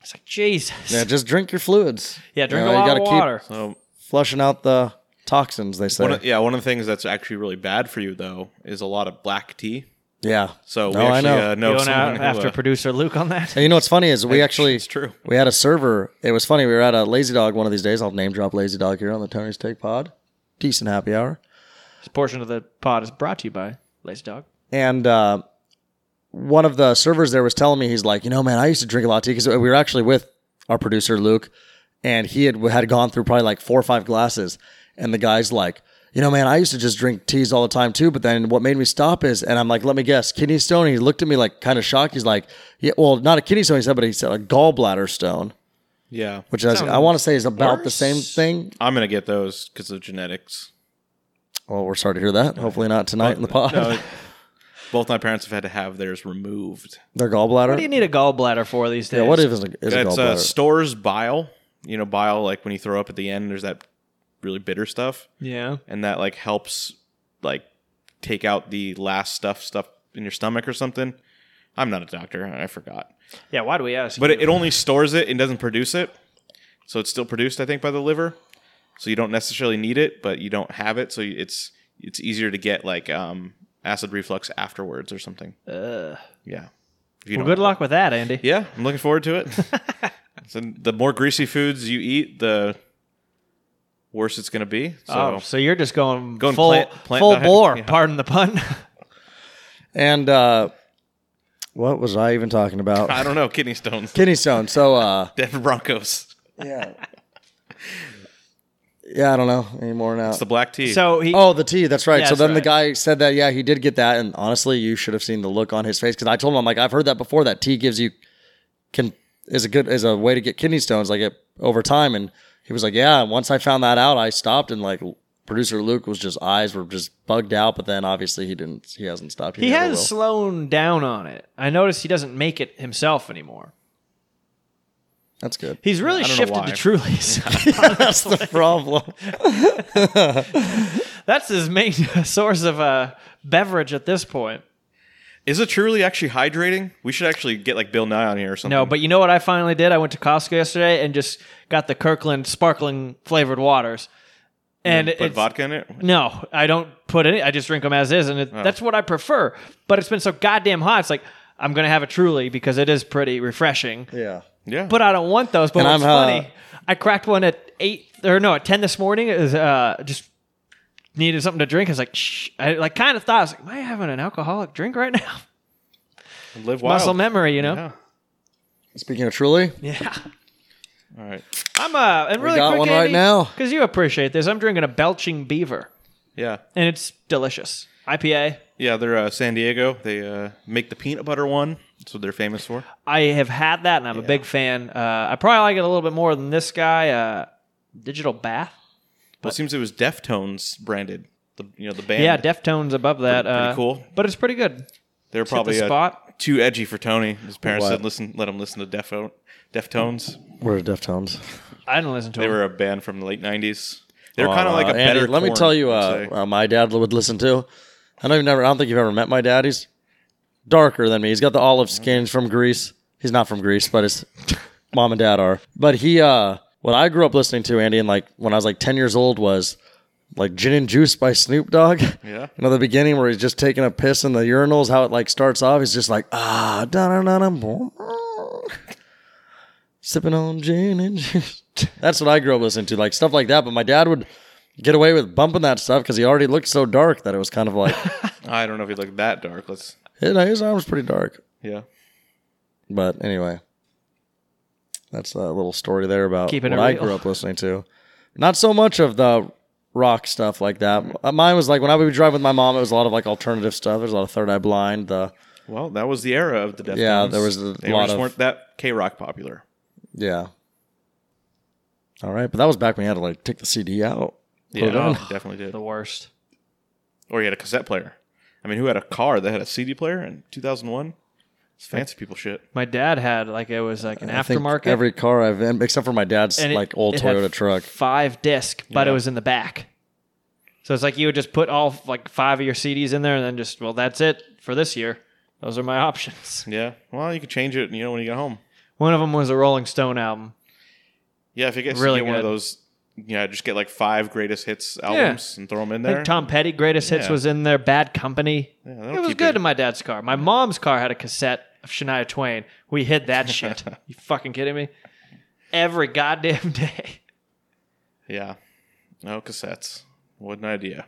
[SPEAKER 2] It's like, Jesus.
[SPEAKER 3] yeah, just drink your fluids.
[SPEAKER 2] Yeah, drink
[SPEAKER 3] You know,
[SPEAKER 2] a lot
[SPEAKER 3] you gotta
[SPEAKER 2] of
[SPEAKER 3] keep
[SPEAKER 2] water.
[SPEAKER 4] So
[SPEAKER 3] flushing out the toxins. They say.
[SPEAKER 4] one of, yeah, one of the things that's actually really bad for you though is a lot of black tea.
[SPEAKER 3] yeah.
[SPEAKER 4] So
[SPEAKER 3] No,
[SPEAKER 4] we
[SPEAKER 3] Oh, I
[SPEAKER 4] actually
[SPEAKER 3] know.
[SPEAKER 4] Uh,
[SPEAKER 2] You
[SPEAKER 4] know
[SPEAKER 2] going
[SPEAKER 4] someone
[SPEAKER 2] out
[SPEAKER 4] who,
[SPEAKER 2] after
[SPEAKER 4] uh,
[SPEAKER 2] producer Luke on that?
[SPEAKER 3] And you know what's funny is we actually
[SPEAKER 4] [LAUGHS] It's true.
[SPEAKER 3] we had a server. It was funny. We were at a Lazy Dog one of these days. I'll name drop Lazy Dog here on the Tony's Take Pod. Decent happy hour.
[SPEAKER 2] This portion of the pod is brought to you by Lazy Dog.
[SPEAKER 3] And uh, one of the servers there was telling me, he's like, you know, man, I used to drink a lot of tea because we were actually with our producer Luke, and he had had gone through probably like four or five glasses, and the guy's like. You know, man, I used to just drink teas all the time too, but then what made me stop is, and I'm like, let me guess, kidney stone. And he looked at me like kind of shocked. He's like, yeah, well, not a kidney stone, he said, but he said a gallbladder stone,
[SPEAKER 4] Yeah,
[SPEAKER 3] which I, was- I want to say is about the same thing.
[SPEAKER 4] I'm gonna get those because of genetics.
[SPEAKER 3] Well, we're sorry to hear that. Hopefully not tonight in the pod. [LAUGHS]
[SPEAKER 4] No, both my parents have had to have theirs removed.
[SPEAKER 3] Their
[SPEAKER 2] What do you
[SPEAKER 3] gallbladder.
[SPEAKER 2] need a gallbladder for these days?
[SPEAKER 3] Yeah, what if is a, is a
[SPEAKER 4] It's
[SPEAKER 3] gallbladder?
[SPEAKER 4] uh, stores bile. You know, bile like when you throw up at the end. There's that really bitter stuff,
[SPEAKER 2] Yeah.
[SPEAKER 4] and that like helps like take out the last stuff stuff in your stomach or something. I'm not a doctor. I forgot,
[SPEAKER 2] Yeah, why do we ask?
[SPEAKER 4] but
[SPEAKER 2] you?
[SPEAKER 4] it, it only stores it and doesn't produce it. So it's still produced, I think, by the liver. So you don't necessarily need it, but you don't have it, so you- it's it's easier to get like um, acid reflux afterwards or something.
[SPEAKER 2] Ugh.
[SPEAKER 4] Yeah. If
[SPEAKER 2] well,
[SPEAKER 4] you don't
[SPEAKER 2] good luck with that, Andy.
[SPEAKER 4] Yeah, I'm looking forward to it. so the more greasy foods you eat, the worse it's going to be. So
[SPEAKER 2] oh, so you're just going,
[SPEAKER 4] Going
[SPEAKER 2] full
[SPEAKER 4] plant- plant
[SPEAKER 2] full
[SPEAKER 4] [LAUGHS] diet.
[SPEAKER 2] bore.
[SPEAKER 4] Yeah.
[SPEAKER 2] Pardon the
[SPEAKER 4] [LAUGHS]
[SPEAKER 2] pun.
[SPEAKER 3] And uh, what was I even talking
[SPEAKER 4] I
[SPEAKER 3] about?
[SPEAKER 4] don't know, kidney stones, [LAUGHS]
[SPEAKER 3] Kidney stone. So uh,
[SPEAKER 4] Denver Broncos.
[SPEAKER 3] yeah, yeah. I don't know anymore now.
[SPEAKER 4] It's the black tea.
[SPEAKER 2] so he.
[SPEAKER 3] Oh, the tea. That's right.
[SPEAKER 2] Yeah,
[SPEAKER 3] so
[SPEAKER 2] that's
[SPEAKER 3] then the
[SPEAKER 2] right.
[SPEAKER 3] guy said that. Yeah, he did get that. And honestly, you should have seen the look on his face because I told him I'm like I've heard that before. That tea gives you can is a good is a way to get kidney stones like it over time. And he was like, yeah. and Once I found that out, I stopped and like producer Luke was just eyes were just bugged out. But then obviously he didn't. He hasn't stopped.
[SPEAKER 2] he
[SPEAKER 3] never will.
[SPEAKER 2] has slowed down on it. I noticed he doesn't make it himself anymore.
[SPEAKER 3] That's good.
[SPEAKER 2] He's really
[SPEAKER 4] I don't know
[SPEAKER 2] shifted
[SPEAKER 4] why.
[SPEAKER 2] to Truly's.
[SPEAKER 4] [LAUGHS]
[SPEAKER 3] [LAUGHS] That's the problem.
[SPEAKER 2] [LAUGHS] That's his main [LAUGHS] source of uh, beverage at this point.
[SPEAKER 4] is it truly actually hydrating? We should actually get like Bill Nye on here or something.
[SPEAKER 2] No, but you know what I finally did? I went to Costco yesterday and just got the Kirkland sparkling flavored waters. And
[SPEAKER 4] put
[SPEAKER 2] it's,
[SPEAKER 4] vodka in it.
[SPEAKER 2] No, I don't put any. I just drink them as is, and
[SPEAKER 3] Oh.
[SPEAKER 2] it, that's what I prefer. But it's been so goddamn hot. It's like I'm gonna have it truly because it is pretty refreshing.
[SPEAKER 3] Yeah.
[SPEAKER 4] Yeah,
[SPEAKER 2] But I don't want those. But
[SPEAKER 3] And
[SPEAKER 2] what's
[SPEAKER 3] I'm, uh,
[SPEAKER 2] funny, I cracked one at eight or no at ten this morning. It was uh, just needed something to drink. I was like, Shh. I like kind of thought, I was like, am I having an alcoholic drink right now? [LAUGHS]
[SPEAKER 4] live wild.
[SPEAKER 2] Muscle memory, you know.
[SPEAKER 4] Yeah.
[SPEAKER 3] Speaking of truly,
[SPEAKER 2] Yeah.
[SPEAKER 4] All right.
[SPEAKER 2] I'm uh, and really
[SPEAKER 3] got
[SPEAKER 2] quick,
[SPEAKER 3] one right now.
[SPEAKER 2] because you appreciate this. I'm drinking a belching beaver,
[SPEAKER 4] Yeah,
[SPEAKER 2] and it's delicious IPA.
[SPEAKER 4] yeah. They're uh, San Diego. They uh, make the peanut butter one. That's what they're famous for.
[SPEAKER 2] I have had that, and I'm a big fan. Uh, I probably like it a little bit more than this guy. Uh, Digital Bath,
[SPEAKER 4] Well, it seems it was Deftones branded. The you know the band.
[SPEAKER 2] yeah, Deftones above that.
[SPEAKER 4] Pretty- pretty
[SPEAKER 2] uh,
[SPEAKER 4] cool.
[SPEAKER 2] but it's pretty good.
[SPEAKER 4] They
[SPEAKER 2] Hit
[SPEAKER 4] were
[SPEAKER 2] the
[SPEAKER 4] probably uh,
[SPEAKER 2] spot.
[SPEAKER 4] too edgy for Tony. His parents
[SPEAKER 3] What?
[SPEAKER 4] said, "Listen, let him listen to Defo- Deftones."
[SPEAKER 3] we're Deftones.
[SPEAKER 2] I didn't listen to
[SPEAKER 4] They
[SPEAKER 2] it.
[SPEAKER 4] were a band from the late '90s. They were kind of like a better.
[SPEAKER 3] Let me
[SPEAKER 4] Korn,
[SPEAKER 3] tell you,
[SPEAKER 4] I'd
[SPEAKER 3] uh,
[SPEAKER 4] say.
[SPEAKER 3] uh, my dad would listen to. I don't even never. I don't think you've ever met my dad. He's darker than me. He's got the olive skin. He's from Greece. He's not from Greece, but his mom and dad are. But he, uh, what I grew up listening to, Andy, and like when I was like ten years old, was like Gin and Juice by Snoop Dogg. [LAUGHS]
[SPEAKER 4] Yeah.
[SPEAKER 3] You know the beginning where he's just taking a piss in the urinals. How it like starts off. He's just like ah da da da da. Sipping on gin and juice. [LAUGHS] That's what I grew up listening to, like stuff like that. But my dad would get away with bumping that stuff because he already looked so dark that it was kind of like [LAUGHS]
[SPEAKER 4] I don't know if he looked that dark. Let's,
[SPEAKER 3] his, his arm's pretty dark.
[SPEAKER 4] yeah,
[SPEAKER 3] But anyway, that's a little story there about
[SPEAKER 2] Keeping it
[SPEAKER 3] what I
[SPEAKER 2] real.
[SPEAKER 3] grew up listening to. Not so much of the rock stuff like that. Uh, Mine was like when I would drive with my mom, it was a lot of like alternative stuff. There's a lot of Third Eye Blind, the
[SPEAKER 4] Well, that was the era of the Deftones.
[SPEAKER 3] Yeah, there was a
[SPEAKER 4] they
[SPEAKER 3] lot
[SPEAKER 4] just
[SPEAKER 3] of-
[SPEAKER 4] weren't that K rock popular.
[SPEAKER 3] Yeah. All right, but that was back when you had to like take the CD out. put
[SPEAKER 4] Yeah,
[SPEAKER 3] it on.
[SPEAKER 4] they definitely did.
[SPEAKER 2] The worst.
[SPEAKER 4] Or you had a cassette player. I mean, who had a car that had a CD player in 2001? It's fancy people shit.
[SPEAKER 2] My dad had like it was like an
[SPEAKER 3] I think
[SPEAKER 2] aftermarket
[SPEAKER 3] Every car I've been, except for my dad's
[SPEAKER 2] and it-
[SPEAKER 3] like old
[SPEAKER 2] it had
[SPEAKER 3] Toyota truck.
[SPEAKER 2] five disc, but it
[SPEAKER 4] Yeah.
[SPEAKER 2] was in the back. So it's like you would just put all like five of your CDs in there, and then just well, that's it for this year. Those are my [LAUGHS] options.
[SPEAKER 4] Yeah. Well, you could change it, you know, when you get home.
[SPEAKER 2] One of them was a Rolling Stone album.
[SPEAKER 4] Yeah, if you get,
[SPEAKER 2] Really
[SPEAKER 4] get one of
[SPEAKER 2] good.
[SPEAKER 4] those, you know, just get like five greatest hits albums and throw them in
[SPEAKER 2] I
[SPEAKER 4] there.
[SPEAKER 2] think Tom Petty Greatest Hits
[SPEAKER 4] Yeah.
[SPEAKER 2] was in there. Bad Company.
[SPEAKER 4] Yeah, that'll
[SPEAKER 2] it was
[SPEAKER 4] keep
[SPEAKER 2] good
[SPEAKER 4] you-
[SPEAKER 2] in my dad's car. My mom's car had a cassette of Shania Twain. We hid that
[SPEAKER 4] [LAUGHS]
[SPEAKER 2] shit. You fucking kidding me? Every goddamn
[SPEAKER 4] [LAUGHS]
[SPEAKER 2] day.
[SPEAKER 4] yeah. No cassettes. What an idea.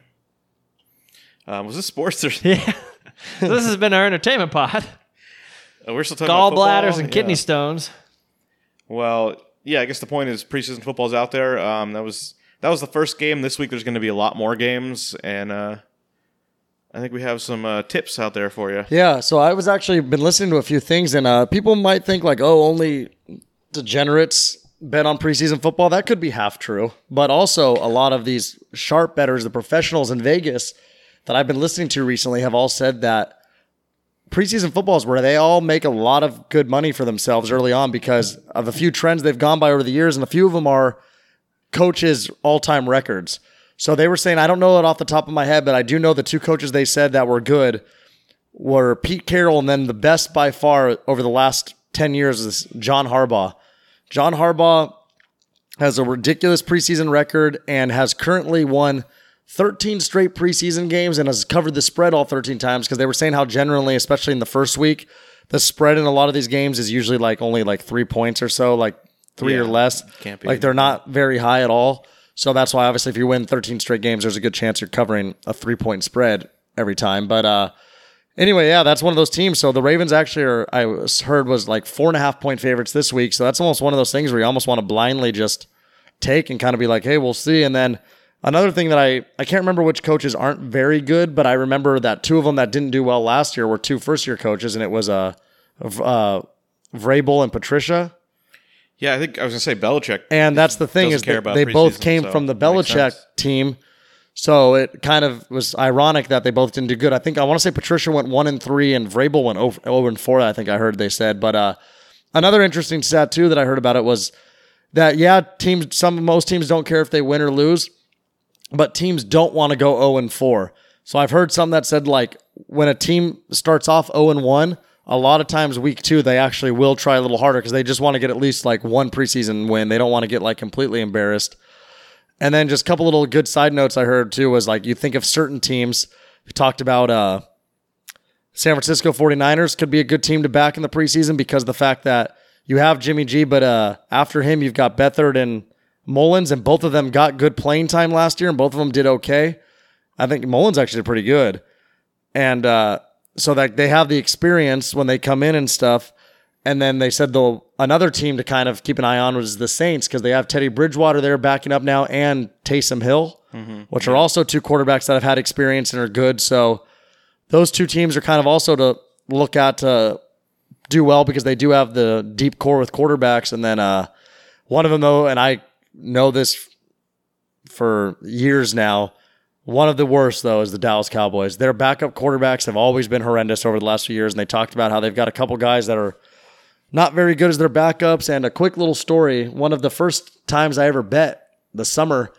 [SPEAKER 4] Um, was this sports or [LAUGHS]
[SPEAKER 2] Yeah. So this has been our entertainment pod.
[SPEAKER 4] Uh, we're still talking about
[SPEAKER 2] Gallbladders
[SPEAKER 4] football?
[SPEAKER 2] and kidney
[SPEAKER 4] Yeah.
[SPEAKER 2] stones.
[SPEAKER 4] Well, yeah, I guess the point is preseason football's out there. Um, that was that was the first game. This week there's going to be a lot more games, and uh, I think we have some uh, tips out there for you.
[SPEAKER 3] Yeah, so I was actually been listening to a few things, and uh, people might think like, oh, only degenerates bet on preseason football. That could be half true, but also a lot of these sharp betters, the professionals in Vegas that I've been listening to recently, have all said that preseason football is where they all make a lot of good money for themselves early on because of a few trends they've gone by over the years, and a few of them are coaches' all-time records. So they were saying, I don't know it off the top of my head, but I do know the two coaches they said that were good were Pete Carroll and then the best by far over the last 10 years is John Harbaugh. John Harbaugh has a ridiculous preseason record and has currently won 13 straight preseason games and has covered the spread all 13 times because they were saying how generally, especially in the first week, the spread in a lot of these games is usually like only like three points or so, like three or
[SPEAKER 4] Yeah,
[SPEAKER 3] less.
[SPEAKER 4] can't be.
[SPEAKER 3] Like they're not very high at all. So that's why obviously if you win 13 straight games, there's a good chance you're covering a three point spread every time. But uh Anyway, yeah, that's one of those teams. So the Ravens actually are, I was- heard, was like four and a half point favorites this week. So that's almost one of those things where you almost want to blindly just take and kind of be like, hey, we'll see. And then another thing that I, I can't remember which coaches aren't very good, but I remember that two of them that didn't do well last year were two first year coaches, and it was uh, v- uh, Vrabel and Patricia.
[SPEAKER 4] Yeah, I think I was going to say Belichick.
[SPEAKER 3] And that's the thing
[SPEAKER 4] Doesn't
[SPEAKER 3] is
[SPEAKER 4] care
[SPEAKER 3] that
[SPEAKER 4] about
[SPEAKER 3] they both
[SPEAKER 4] preseason,
[SPEAKER 3] came
[SPEAKER 4] so
[SPEAKER 3] from the
[SPEAKER 4] it makes
[SPEAKER 3] Belichick
[SPEAKER 4] sense.
[SPEAKER 3] team. So it kind of was ironic that they both didn't do good. I think I want to say Patricia went one and three and Vrabel went over over and four. I think I heard they said. But uh, another interesting stat too that I heard about it was that yeah, teams some most teams don't care if they win or lose, but teams don't want to go 0 and 4. So I've heard some that said like when a team starts off 0 and 1, a lot of times week 2 they actually will try a little harder cuz they just want to get at least like one preseason win. They don't want to get like completely embarrassed. And then just a couple little good side notes I heard too was like you think of certain teams we talked about uh San Francisco 49ers could be a good team to back in the preseason because of the fact that you have Jimmy G, but uh, after him, you've got Bethard and Mullins, and both of them got good playing time last year, and both of them did okay. I think Mullins actually did pretty good. And uh, so that they have the experience when they come in and stuff. And then they said the another team to kind of keep an eye on was the Saints because they have Teddy Bridgewater there backing up now and Taysom Hill, which are also two quarterbacks that have had experience and are good. So those two teams are kind of also to look at to do well because they do have the deep core with quarterbacks. And then uh, one of them, though, and I know this for years now, one of the worst, though, is the Dallas Cowboys. Their backup quarterbacks have always been horrendous over the last few years. And they talked about how they've got a couple guys that are not very good as their backups. And a quick little story one of the first times I ever bet the summer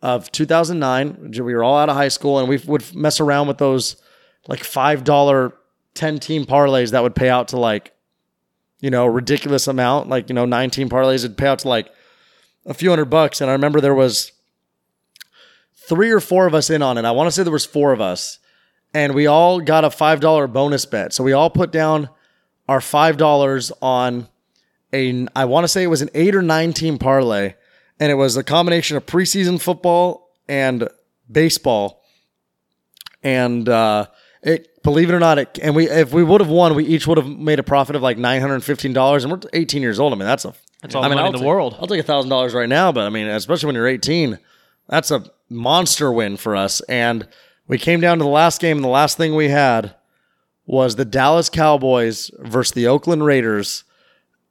[SPEAKER 3] of 2009, we were all out of high school and we would mess around with those like $5 10 team parlays that would pay out to like, you know, a ridiculous amount. Like, you know, nine team parlays would pay out to like a few hundred bucks. And I remember there was three or four of us in on it. I want to say there was four of us. And we all got a $5 bonus bet. So we all put down our $5 on a, I want to say it was an eight or nine team parlay. And it was a combination of preseason football and baseball and uh, it believe it or not, it, and we if we would have won, we each would have made a profit of like nine hundred and fifteen dollars, and we're eighteen years old. I mean, that's a
[SPEAKER 2] That's all
[SPEAKER 3] I
[SPEAKER 2] the
[SPEAKER 3] mean,
[SPEAKER 2] money
[SPEAKER 3] I'll
[SPEAKER 2] in the
[SPEAKER 3] take-
[SPEAKER 2] world.
[SPEAKER 3] I'll take thousand dollars right now, but I mean, especially when you're eighteen, that's a monster win for us. And we came down to the last game, and the last thing we had was the Dallas Cowboys versus the Oakland Raiders,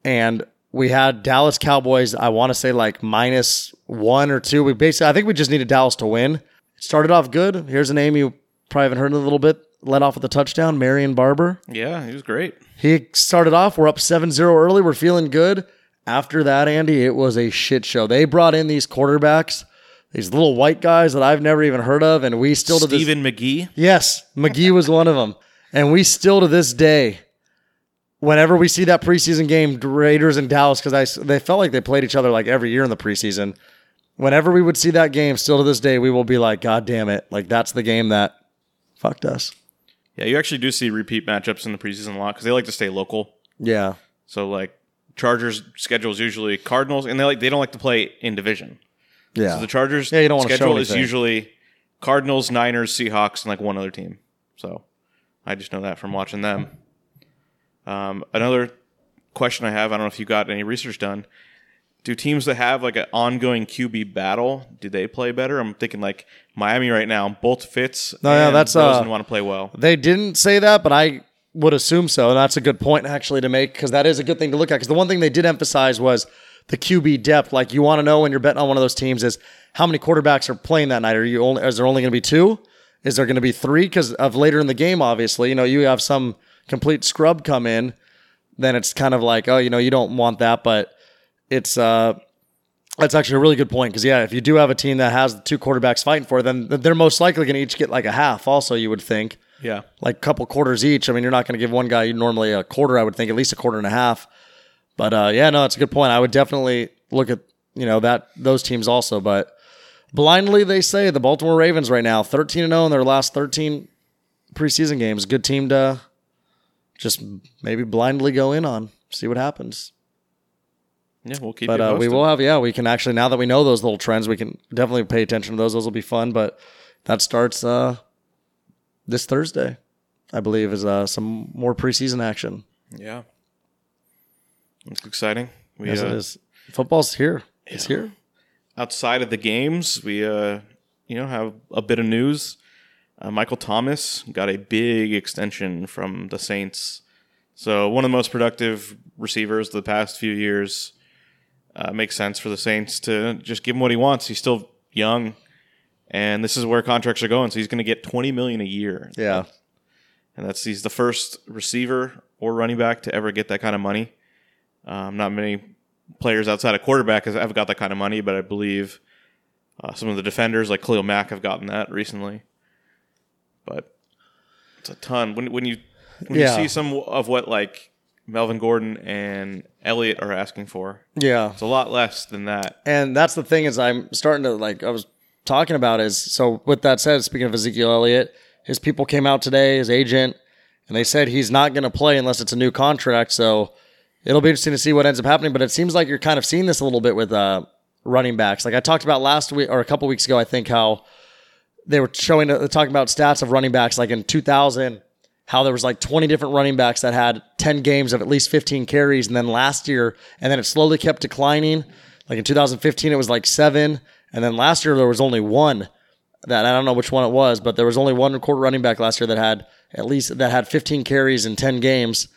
[SPEAKER 3] and we had Dallas Cowboys. I want to say like minus one or two. We basically, I think we just needed Dallas to win. Started off good. Here's a name you probably haven't heard in a little bit. Led off with a touchdown, Marion Barber.
[SPEAKER 4] Yeah, he was great.
[SPEAKER 3] He started off, we're up 7 0 early, we're feeling good. After that, Andy, it was a shit show. They brought in these quarterbacks, these little white guys that I've never even heard of, and we still to this
[SPEAKER 4] Stephen McGee.
[SPEAKER 3] Yes, McGee was one of them. And we still to this day, whenever we see that preseason game, Raiders and Dallas, because they felt like they played each other like every year in the preseason. Whenever we would see that game, still to this day, we will be like, God damn it. Like, that's the game that fucked us.
[SPEAKER 4] Yeah, you actually do see repeat matchups in the preseason a lot because they like to stay local.
[SPEAKER 3] Yeah.
[SPEAKER 4] So like Chargers schedule is usually Cardinals, and they like they don't like to play in division.
[SPEAKER 3] Yeah.
[SPEAKER 4] So the Chargers
[SPEAKER 3] Yeah, you don't wanna show
[SPEAKER 4] schedule is
[SPEAKER 3] anything.
[SPEAKER 4] usually Cardinals, Niners, Seahawks, and like one other team. So I just know that from watching them. Um, another question I have, I don't know if you got any research done. Do teams that have like an ongoing QB battle, do they play better? I'm thinking like Miami right now, both Fitz
[SPEAKER 3] No, yeah,
[SPEAKER 4] and
[SPEAKER 3] that's, uh,
[SPEAKER 4] Rosen want to play well.
[SPEAKER 3] They didn't say that, but I would assume so. And that's a good point actually to make because that is a good thing to look at. Because the one thing they did emphasize was the QB depth. Like you want to know when you're betting on one of those teams is how many quarterbacks are playing that night. Are you only is there only going to be two? Is there going to be three? Because of later in the game, obviously, you know you have some complete scrub come in, then it's kind of like oh you know you don't want that, but it's uh that's actually a really good point because yeah, if you do have a team that has two quarterbacks fighting for, it, then they're most likely going to each get like a half. Also, you would think
[SPEAKER 4] Yeah.
[SPEAKER 3] like couple quarters each. I mean, you're not going to give one guy normally a quarter. I would think at least a quarter and a half. But uh, yeah, no, that's a good point. I would definitely look at you know that those teams also. But blindly, they say the Baltimore Ravens right now 13 and 0 in their last 13 preseason games. Good team to just maybe blindly go in on, see what happens.
[SPEAKER 4] Yeah, we'll keep
[SPEAKER 3] But
[SPEAKER 4] you
[SPEAKER 3] uh, we
[SPEAKER 4] posted.
[SPEAKER 3] will have, yeah, we can actually now that we know those little trends, we can definitely pay attention to those. Those will be fun. But that starts uh, this Thursday, I believe, is uh, some more preseason action.
[SPEAKER 4] Yeah. It's exciting. We,
[SPEAKER 3] Yes,
[SPEAKER 4] uh,
[SPEAKER 3] it is. Football's here. It's here.
[SPEAKER 4] Outside of the games, we uh, you know have a bit of news. Uh, Michael Thomas got a big extension from the Saints. So one of the most productive receivers the past few years. Uh, makes sense for the Saints to just give him what he wants. He's still young, and this is where contracts are going. So he's going to get twenty million a year.
[SPEAKER 3] Yeah.
[SPEAKER 4] and that's he's the first receiver or running back to ever get that kind of money. Um, not many players outside of quarterback has- have got that kind of money, but I believe uh, some of the defenders like Khalil Mack have gotten that recently. But it's a ton when when you when
[SPEAKER 3] Yeah.
[SPEAKER 4] you see some of what like Melvin Gordon and Elliott are asking for,
[SPEAKER 3] Yeah.
[SPEAKER 4] it's a lot less than that.
[SPEAKER 3] And that's the thing is I'm starting to like I was talking about is so with that said, speaking of Ezekiel Elliott, his people came out today, his agent, and they said he's not gonna play unless it's a new contract. So it'll be interesting to see what ends up happening. But it seems like you're kind of seeing this a little bit with uh running backs. Like I talked about last week or a couple weeks ago, I think how they were showing uh, talking about stats of running backs like in 2000 how there was like 20 different running backs that had 10 games of at least 15 carries and then last year and then it slowly kept declining like in 2015 it was like 7 and then last year there was only one that I don't know which one it was but there was only one quarter running back last year that had at least that had 15 carries in 10 games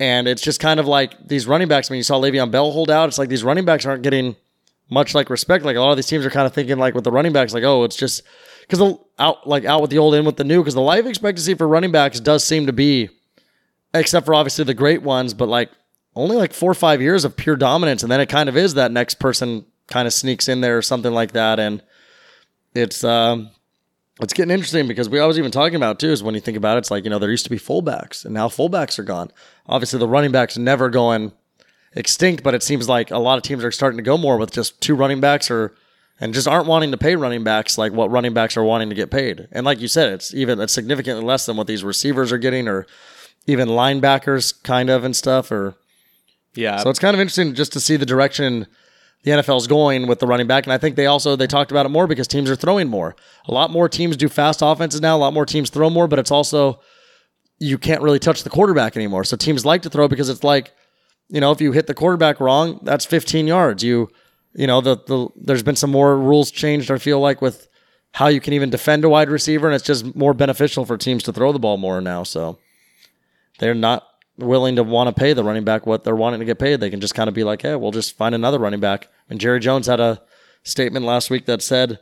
[SPEAKER 3] and it's just kind of like these running backs I mean you saw Le'Veon Bell hold out it's like these running backs aren't getting much like respect. Like a lot of these teams are kind of thinking like with the running backs, like oh, it's just because the out like out with the old, in with the new. Because the life expectancy for running backs does seem to be, except for obviously the great ones, but like only like four or five years of pure dominance, and then it kind of is that next person kind of sneaks in there or something like that, and it's um. It's getting interesting because we I was even talking about too is when you think about it, it's like you know there used to be fullbacks and now fullbacks are gone. Obviously, the running backs never going extinct, but it seems like a lot of teams are starting to go more with just two running backs or and just aren't wanting to pay running backs like what running backs are wanting to get paid. And like you said, it's even it's significantly less than what these receivers are getting or even linebackers kind of and stuff or
[SPEAKER 4] Yeah,
[SPEAKER 3] so it's kind of interesting just to see the direction the NFL's going with the running back. And I think they also they talked about it more because teams are throwing more. A lot more teams do fast offenses now. A lot more teams throw more, but it's also you can't really touch the quarterback anymore. So teams like to throw because it's like, you know, if you hit the quarterback wrong, that's 15 yards. You, you know, the, the there's been some more rules changed. I feel like with how you can even defend a wide receiver, and it's just more beneficial for teams to throw the ball more now. So they're not willing to want to pay the running back what they're wanting to get paid. They can just kind of be like, hey, we'll just find another running back. And Jerry Jones had a statement last week that said,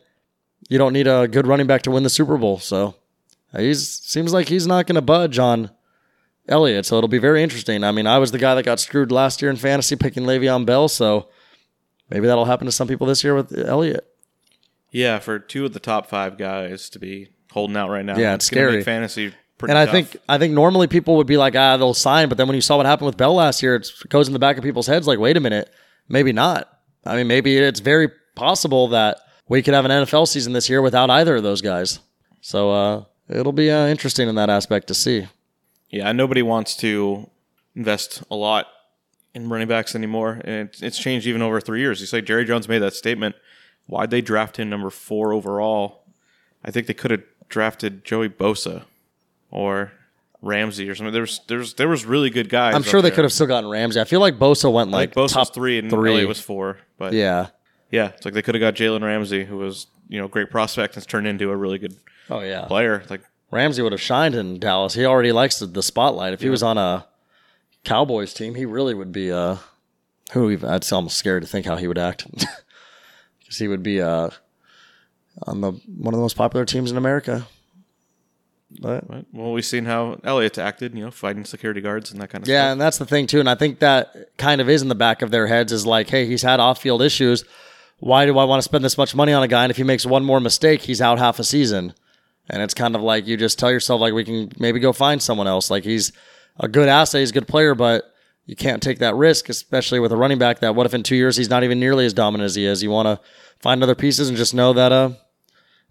[SPEAKER 3] you don't need a good running back to win the Super Bowl. So uh, he's seems like he's not going to budge on Elliott. So it'll be very interesting. I mean, I was the guy that got screwed last year in fantasy picking Le'Veon Bell. So maybe that'll happen to some people this year with Elliott.
[SPEAKER 4] Yeah, for two of the top five guys to be holding out right now.
[SPEAKER 3] Yeah, it's
[SPEAKER 4] gonna make
[SPEAKER 3] scary.
[SPEAKER 4] fantasy. Pretty
[SPEAKER 3] And I
[SPEAKER 4] tough.
[SPEAKER 3] think I think normally people would be like, ah, they'll sign. But then when you saw what happened with Bell last year, it's- it goes in the back of people's heads like, wait a minute, maybe not. I mean, maybe it's very possible that we could have an NFL season this year without either of those guys. So uh, it'll be uh, interesting in that aspect to see.
[SPEAKER 4] Yeah, nobody wants to invest a lot in running backs anymore, and it's, it's changed even over three years. You say Jerry Jones made that statement. Why'd they draft him number four overall? I think they could have drafted Joey Bosa or Ramsey or something. There was there was, there was really good guys.
[SPEAKER 3] I'm
[SPEAKER 4] up
[SPEAKER 3] sure they
[SPEAKER 4] there.
[SPEAKER 3] could have still gotten Ramsey. I feel like Bosa went
[SPEAKER 4] I
[SPEAKER 3] like
[SPEAKER 4] think Bosa was
[SPEAKER 3] top
[SPEAKER 4] three and
[SPEAKER 3] three.
[SPEAKER 4] Elliott was four. But yeah.
[SPEAKER 3] yeah.
[SPEAKER 4] it's like they could have got Jalen Ramsey, who was you know a great prospect and has turned into a really good
[SPEAKER 3] Oh yeah.
[SPEAKER 4] player. Like
[SPEAKER 3] Ramsey would have shined in Dallas. He already likes the, the spotlight. If he was on a Cowboys team, he really would be uh who even I'd almost scared to think how he would act. [LAUGHS] Cuz he would be uh on the one of the most popular teams in America. But
[SPEAKER 4] what? well, we've seen how Elliott's acted. You know, fighting security guards and that kind of
[SPEAKER 3] yeah,
[SPEAKER 4] stuff.
[SPEAKER 3] and that's the thing too. And I think that kind of is in the back of their heads is like, hey, he's had off field issues. Why do I want to spend this much money on a guy? And if he makes one more mistake, he's out half a season. And it's kind of like you just tell yourself like we can maybe go find someone else. Like he's a good asset, he's a good player, but you can't take that risk, especially with a running back that what if in two years he's not even nearly as dominant as he is? You want to find other pieces and just know that uh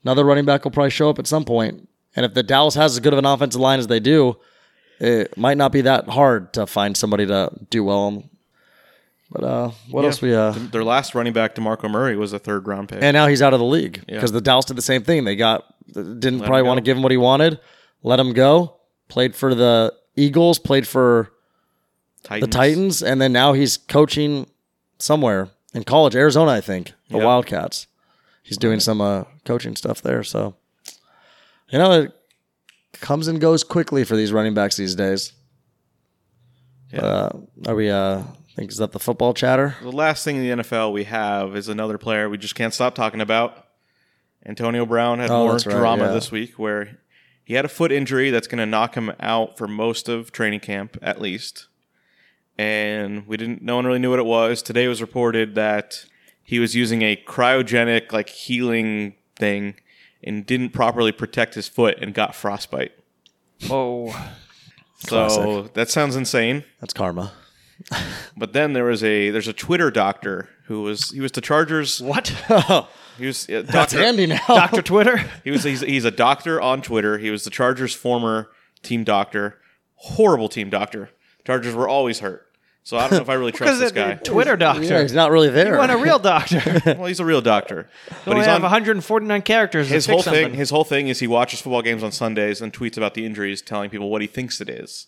[SPEAKER 3] another running back will probably show up at some point. And if the Dallas has as good of an offensive line as they do, it might not be that hard to find somebody to do well on. But uh, what else we uh,
[SPEAKER 4] Their last running back, Demarco Murray, was a third round pick.
[SPEAKER 3] and now he's out of the league because the Dallas did the same thing. They got didn't probably
[SPEAKER 4] him
[SPEAKER 3] want to
[SPEAKER 4] go.
[SPEAKER 3] give him what he wanted, let him go. Played for the Eagles, played for the
[SPEAKER 4] Titans.
[SPEAKER 3] Titans, and then now he's coaching somewhere in college, Arizona, I think, the
[SPEAKER 4] Yeah.
[SPEAKER 3] Wildcats. He's doing some uh, coaching stuff there. So, you know, it comes and goes quickly for these running backs these days.
[SPEAKER 4] Yeah.
[SPEAKER 3] Uh, are we? Uh, I think is that the football chatter?
[SPEAKER 4] The last thing in the NFL we have is another player we just can't stop talking about. Antonio Brown had
[SPEAKER 3] Oh,
[SPEAKER 4] more
[SPEAKER 3] that's right,
[SPEAKER 4] drama
[SPEAKER 3] yeah.
[SPEAKER 4] this week where he had a foot injury that's going to knock him out for most of training camp, at least. And we didn't, no one really knew what it was. Today was reported that he was using a cryogenic, like healing thing and didn't properly protect his foot and got frostbite.
[SPEAKER 2] Oh,
[SPEAKER 4] So that sounds insane.
[SPEAKER 3] That's karma. [LAUGHS]
[SPEAKER 4] But then there was a there's a Twitter doctor who was he was the Chargers [LAUGHS]
[SPEAKER 2] what?
[SPEAKER 4] Oh. He was uh,
[SPEAKER 3] That's
[SPEAKER 4] doctor,
[SPEAKER 3] handy now.
[SPEAKER 2] Doctor Twitter.
[SPEAKER 4] He was he's, he's a doctor on Twitter. He was the Chargers' former team doctor, horrible team doctor. Chargers were always hurt, so I don't know if I really
[SPEAKER 2] [LAUGHS] Because
[SPEAKER 4] trust this
[SPEAKER 2] it,
[SPEAKER 4] guy.
[SPEAKER 2] Twitter
[SPEAKER 3] [LAUGHS] Yeah,
[SPEAKER 2] doctor.
[SPEAKER 3] he's not really
[SPEAKER 2] You
[SPEAKER 3] there.
[SPEAKER 2] want a real doctor?
[SPEAKER 4] [LAUGHS] well, he's a real doctor, but
[SPEAKER 2] only
[SPEAKER 4] he's
[SPEAKER 2] have
[SPEAKER 4] on
[SPEAKER 2] 149 characters. to
[SPEAKER 4] his
[SPEAKER 2] fix
[SPEAKER 4] whole thing.
[SPEAKER 2] something.
[SPEAKER 4] His whole thing is he watches football games on Sundays and tweets about the injuries, telling people what he thinks it is.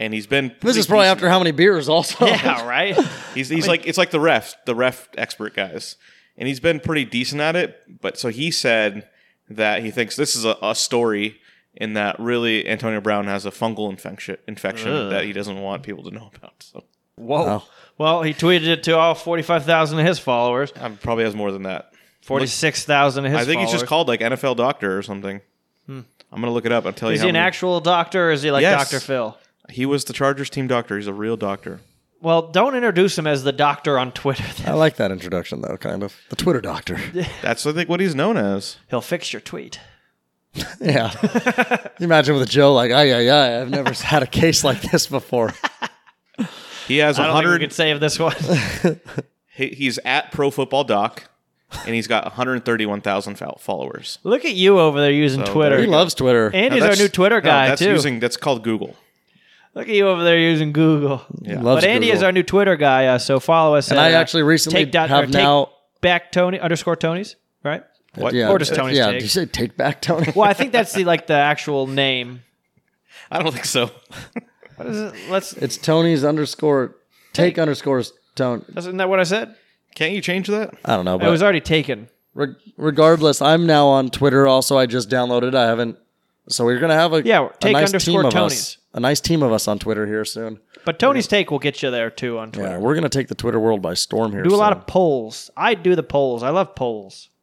[SPEAKER 4] And he's been
[SPEAKER 3] this
[SPEAKER 4] pretty
[SPEAKER 3] is probably
[SPEAKER 4] decent.
[SPEAKER 3] after how many beers?
[SPEAKER 2] [LAUGHS]
[SPEAKER 3] Also,
[SPEAKER 2] yeah, right.
[SPEAKER 4] He's, he's like it's like the ref, the ref expert guys, and he's been pretty decent at it. But so he said that he thinks this is a, a story in that really Antonio Brown has a fungal infection infection
[SPEAKER 2] Ugh.
[SPEAKER 4] that he doesn't want people to know about. So
[SPEAKER 2] Whoa.
[SPEAKER 3] Wow.
[SPEAKER 2] Well, he tweeted it to all 45,000 of his followers,
[SPEAKER 4] um, probably has more than that.
[SPEAKER 2] 46,000 of his.
[SPEAKER 4] I think he's just
[SPEAKER 2] followers. Hmm.
[SPEAKER 4] called like NFL doctor or something. I'm gonna look it up. I'll tell you.
[SPEAKER 2] Is
[SPEAKER 4] how
[SPEAKER 2] he an
[SPEAKER 4] many-
[SPEAKER 2] actual doctor, or is he like
[SPEAKER 4] Yes.
[SPEAKER 2] Doctor Phil?
[SPEAKER 4] He was the Chargers team doctor. He's a real doctor.
[SPEAKER 2] Well, don't introduce him as the doctor on Twitter. [LAUGHS] then.
[SPEAKER 3] [LAUGHS] I like that introduction though, kind of the Twitter doctor.
[SPEAKER 4] That's I think what he's known as.
[SPEAKER 2] He'll fix your tweet.
[SPEAKER 3] Yeah. [LAUGHS] Can you imagine with Joe, like, ay, ay, ay, I've never had a case like this before.
[SPEAKER 4] He has
[SPEAKER 2] I don't think we
[SPEAKER 4] 100.
[SPEAKER 2] can save this one. [LAUGHS]
[SPEAKER 4] he- he's at Pro Football Doc, and he's got 131,000 fol- followers.
[SPEAKER 2] Look at you over there using
[SPEAKER 4] So,
[SPEAKER 2] Twitter.
[SPEAKER 3] [LAUGHS]
[SPEAKER 4] there
[SPEAKER 3] He
[SPEAKER 4] you
[SPEAKER 3] loves Twitter.
[SPEAKER 2] and
[SPEAKER 4] No,
[SPEAKER 2] he's our
[SPEAKER 4] that's-
[SPEAKER 2] new Twitter
[SPEAKER 4] no,
[SPEAKER 2] guy
[SPEAKER 4] that's
[SPEAKER 2] too.
[SPEAKER 4] Using that's called Google.
[SPEAKER 2] Look at you over there using Google.
[SPEAKER 3] He
[SPEAKER 4] Yeah.
[SPEAKER 3] loves
[SPEAKER 2] but Andy
[SPEAKER 3] Google.
[SPEAKER 2] is our new Twitter guy, uh, so follow us.
[SPEAKER 3] And
[SPEAKER 2] at,
[SPEAKER 3] I
[SPEAKER 2] uh,
[SPEAKER 3] actually recently
[SPEAKER 2] take dot- or
[SPEAKER 3] have
[SPEAKER 2] take
[SPEAKER 3] now.
[SPEAKER 2] back Tony underscore Tony's right.
[SPEAKER 4] What?
[SPEAKER 3] Yeah,
[SPEAKER 2] Or just Tony's
[SPEAKER 3] Yeah,
[SPEAKER 2] take.
[SPEAKER 3] did you say take back Tony?
[SPEAKER 2] Well, I think that's the like the actual name.
[SPEAKER 4] I don't think so.
[SPEAKER 2] What is it? Let's.
[SPEAKER 3] It's Tony's underscore take, underscores Tony.
[SPEAKER 2] Isn't that what I said?
[SPEAKER 4] Can't you change that?
[SPEAKER 3] I don't know,
[SPEAKER 2] It
[SPEAKER 3] but
[SPEAKER 2] was already taken.
[SPEAKER 3] reg- regardless, I'm now on Twitter. Also, I just downloaded. I haven't So we're gonna have a
[SPEAKER 2] Yeah,
[SPEAKER 3] a
[SPEAKER 2] take
[SPEAKER 3] nice
[SPEAKER 2] underscore
[SPEAKER 3] team of
[SPEAKER 2] Tony's.
[SPEAKER 3] us, a nice team of us on Twitter here soon.
[SPEAKER 2] But Tony's take will get you there too on Twitter.
[SPEAKER 3] Yeah, we're gonna take the Twitter world by storm here.
[SPEAKER 2] do a lot of
[SPEAKER 3] soon.
[SPEAKER 2] polls. I do the polls. I love polls. [LAUGHS]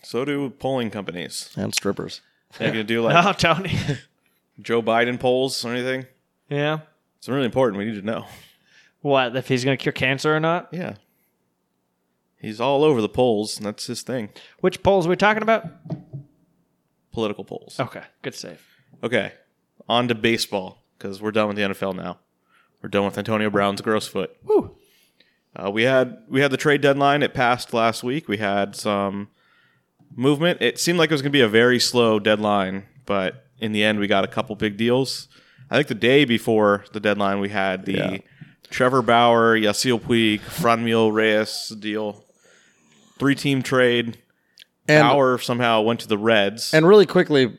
[SPEAKER 4] So do polling companies.
[SPEAKER 3] and strippers.
[SPEAKER 4] They're
[SPEAKER 2] [LAUGHS]
[SPEAKER 4] gonna do like
[SPEAKER 2] Oh, Tony.
[SPEAKER 3] [LAUGHS]
[SPEAKER 4] Joe Biden polls or anything.
[SPEAKER 2] yeah.
[SPEAKER 4] It's really important. We need to know.
[SPEAKER 2] What if he's going to cure cancer or not?
[SPEAKER 4] Yeah. He's all over the polls, and that's his thing.
[SPEAKER 2] Which polls are we talking about?
[SPEAKER 4] Political polls.
[SPEAKER 2] Okay, good save.
[SPEAKER 4] Okay. On to baseball, because we're done with the NFL now. We're done with Antonio Brown's gross foot.
[SPEAKER 2] Woo.
[SPEAKER 4] Uh, we had we had the trade deadline. It passed last week. We had some movement. It seemed like it was going to be a very slow deadline, but in the end, we got a couple big deals. I think the day before the deadline, we had the
[SPEAKER 3] Yeah.
[SPEAKER 4] Trevor Bauer, Yasiel Puig, Franmil Reyes deal, three team trade.
[SPEAKER 3] And
[SPEAKER 4] Bauer somehow went to the Reds.
[SPEAKER 3] and really quickly,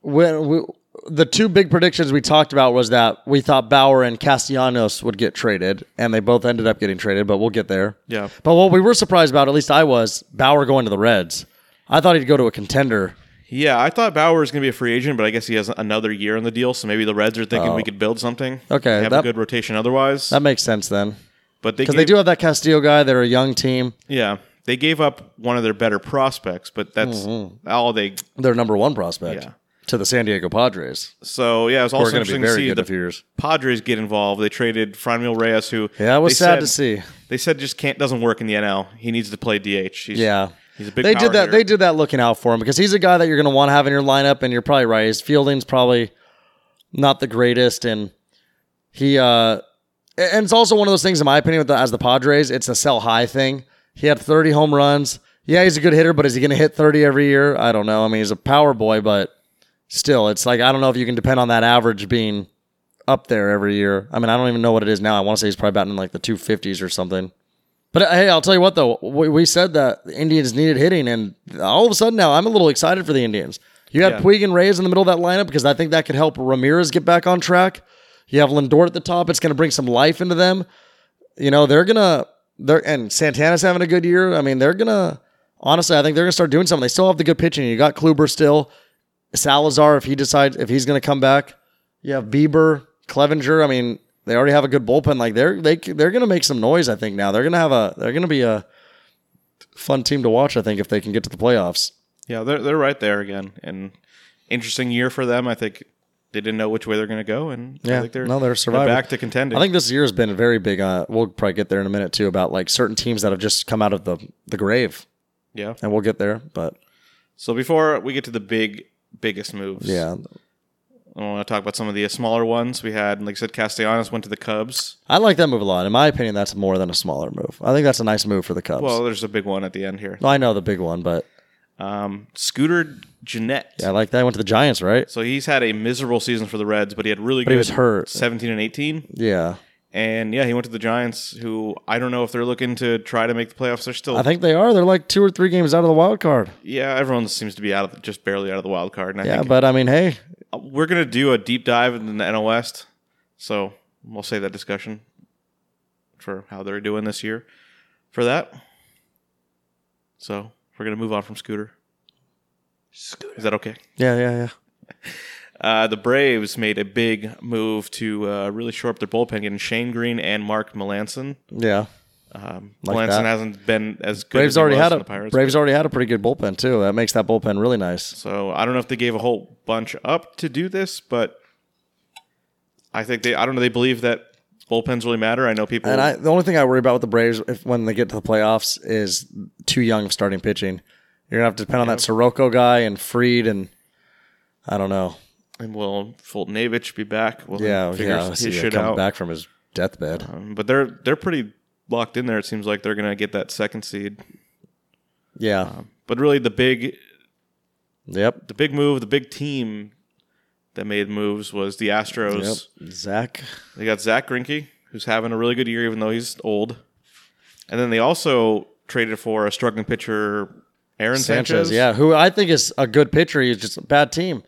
[SPEAKER 3] when we, the two big predictions we talked about was that we thought Bauer and Castellanos would get traded, and they both ended up getting traded. But we'll get there.
[SPEAKER 4] yeah,
[SPEAKER 3] But what we were surprised about, at least I was, Bauer going to the Reds. I thought he'd go to a contender.
[SPEAKER 4] yeah. I thought Bauer was going to be a free agent, but I guess he has another year in the deal, so maybe the Reds are thinking we could build something.
[SPEAKER 3] Oh. Okay,
[SPEAKER 4] have a
[SPEAKER 3] that-
[SPEAKER 4] good rotation otherwise.
[SPEAKER 3] That makes sense then,
[SPEAKER 4] but they
[SPEAKER 3] because they
[SPEAKER 4] gave-
[SPEAKER 3] do have that Castillo guy. They're a young team.
[SPEAKER 4] Yeah, they gave up one of their better prospects, but that's
[SPEAKER 3] Mm-hmm.
[SPEAKER 4] all they.
[SPEAKER 3] Their number one prospect
[SPEAKER 4] Yeah.
[SPEAKER 3] to the San Diego Padres.
[SPEAKER 4] So yeah, it was
[SPEAKER 3] Who are
[SPEAKER 4] also
[SPEAKER 3] going to be
[SPEAKER 4] interesting to
[SPEAKER 3] very
[SPEAKER 4] see
[SPEAKER 3] good in a
[SPEAKER 4] the
[SPEAKER 3] few years.
[SPEAKER 4] Padres get involved. They traded Franmil Reyes, who
[SPEAKER 3] Yeah, it was
[SPEAKER 4] they
[SPEAKER 3] sad to
[SPEAKER 4] said-
[SPEAKER 3] see.
[SPEAKER 4] They said just can't doesn't work in the NL. He needs to play DH. He's,
[SPEAKER 3] Yeah.
[SPEAKER 4] he's a big.
[SPEAKER 3] they
[SPEAKER 4] power
[SPEAKER 3] did that.
[SPEAKER 4] hitter.
[SPEAKER 3] They did that looking out for him because he's a guy that you're going to want to have in your lineup, and you're probably right. His fielding's probably not the greatest, and he uh, and it's also one of those things, in my opinion, with the, as the Padres, it's a sell high thing. He had 30 home runs. Yeah, he's a good hitter, but is he going to hit 30 every year? I don't know. I mean, he's a power boy, but still, it's like I don't know if you can depend on that average being up there every year. I mean, I don't even know what it is now. I want to say he's probably batting in like the 250s or something. But uh, hey, I'll tell you what though, we, we said that the Indians needed hitting, and all of a sudden now I'm a little excited for the Indians. You had
[SPEAKER 4] Yeah.
[SPEAKER 3] Puig and Reyes in the middle of that lineup because I think that could help Ramirez get back on track. You have Lindor at the top; it's going to bring some life into them. You know they're gonna they're and Santana's having a good year. I mean they're gonna honestly, I think they're gonna start doing something. They still have the good pitching. You got Kluber still, Salazar if he decides if he's gonna come back. You have Bieber, Clevenger. I mean, they already have a good bullpen. Like they're they they're gonna make some noise. I think now they're gonna have a they're gonna be a fun team to watch. I think if they can get to the playoffs.
[SPEAKER 4] Yeah, they're they're right there again. And interesting year for them. I think they didn't know which way they're going to go, and
[SPEAKER 3] Yeah.
[SPEAKER 4] I think they're
[SPEAKER 3] No, they're surviving.
[SPEAKER 4] back to contending.
[SPEAKER 3] I think this year has been very big. Uh, we'll probably get there in a minute too about like certain teams that have just come out of the the grave,
[SPEAKER 4] yeah.
[SPEAKER 3] and we'll get there. But
[SPEAKER 4] So before we get to the big biggest moves,
[SPEAKER 3] yeah,
[SPEAKER 4] I want to talk about some of the smaller ones we had. Like I said, Castellanos went to the Cubs.
[SPEAKER 3] I like that move a lot. In my opinion, that's more than a smaller move. I think that's a nice move for the Cubs.
[SPEAKER 4] Well, there's a big one at the end here.
[SPEAKER 3] I know the big one, but
[SPEAKER 4] Um, Scooter Jeanette.
[SPEAKER 3] I like that. I went to the Giants, right?
[SPEAKER 4] So he's had a miserable season for the Reds, but he had really
[SPEAKER 3] But
[SPEAKER 4] good.
[SPEAKER 3] he was hurt.
[SPEAKER 4] 17 and 18.
[SPEAKER 3] Yeah,
[SPEAKER 4] And yeah, he went to the Giants, who I don't know if they're looking to try to make the playoffs. They're still.
[SPEAKER 3] I think they are. They're like two or three games out of the wild card.
[SPEAKER 4] yeah, everyone seems to be out of just barely out of the wild card. And I
[SPEAKER 3] Yeah,
[SPEAKER 4] think
[SPEAKER 3] but I mean, hey,
[SPEAKER 4] we're going to do a deep dive in the NL West. So we'll save that discussion for how they're doing this year for that. So we're going to move on from Scooter. Scooter. Is that okay?
[SPEAKER 3] yeah, yeah, yeah.
[SPEAKER 4] Uh, the Braves made a big move to uh, really shore up their bullpen, getting Shane Green and Mark Melanson.
[SPEAKER 3] Yeah,
[SPEAKER 4] Um,
[SPEAKER 3] Like
[SPEAKER 4] Melanson
[SPEAKER 3] that.
[SPEAKER 4] hasn't been as good.
[SPEAKER 3] Braves
[SPEAKER 4] as he
[SPEAKER 3] already
[SPEAKER 4] was
[SPEAKER 3] had
[SPEAKER 4] in
[SPEAKER 3] a
[SPEAKER 4] the Pirates.
[SPEAKER 3] Braves already had a pretty good bullpen too. That makes that bullpen really nice.
[SPEAKER 4] So I don't know if they gave a whole bunch up to do this, but I think they. I don't know. They believe that bullpens really matter. I know people.
[SPEAKER 3] And I, the only thing I worry about with the Braves if, when they get to the playoffs is too young of starting pitching. You're gonna have to depend on that Sirocco guy and Freed, and I don't know.
[SPEAKER 4] and will Fulton Avich be back? Will
[SPEAKER 3] Yeah,
[SPEAKER 4] he figure
[SPEAKER 3] yeah.
[SPEAKER 4] his
[SPEAKER 3] See,
[SPEAKER 4] shit
[SPEAKER 3] come
[SPEAKER 4] out?
[SPEAKER 3] back from his deathbed.
[SPEAKER 4] Um, but they're they're pretty locked in there. It seems like they're gonna get that second seed.
[SPEAKER 3] Yeah.
[SPEAKER 4] But really, the big
[SPEAKER 3] yep.
[SPEAKER 4] the big move, the big team that made moves was the Astros.
[SPEAKER 3] Yep. Zach.
[SPEAKER 4] They got Zach Grinke, who's having a really good year, even though he's old. And then they also traded for a struggling pitcher, Aaron Sanchez.
[SPEAKER 3] Sanchez, yeah, who I think is a good pitcher. He's just a bad team.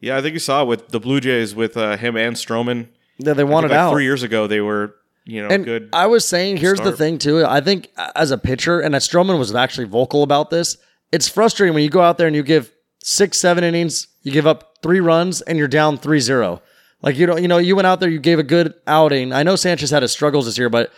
[SPEAKER 4] yeah. I think you saw with the Blue Jays with uh, him and Stroman.
[SPEAKER 3] Yeah, they
[SPEAKER 4] I think
[SPEAKER 3] wanted
[SPEAKER 4] like
[SPEAKER 3] out.
[SPEAKER 4] three years ago. They were you know
[SPEAKER 3] and
[SPEAKER 4] good.
[SPEAKER 3] I was saying, here's the
[SPEAKER 4] start.
[SPEAKER 3] thing too. I think uh, as a pitcher, and Stroman was actually vocal about this. It's frustrating when you go out there and you give six, seven innings, you give up three runs and you're down 3-0. Like you don't, you know, you went out there, you gave a good outing. I know Sanchez had his struggles this year, but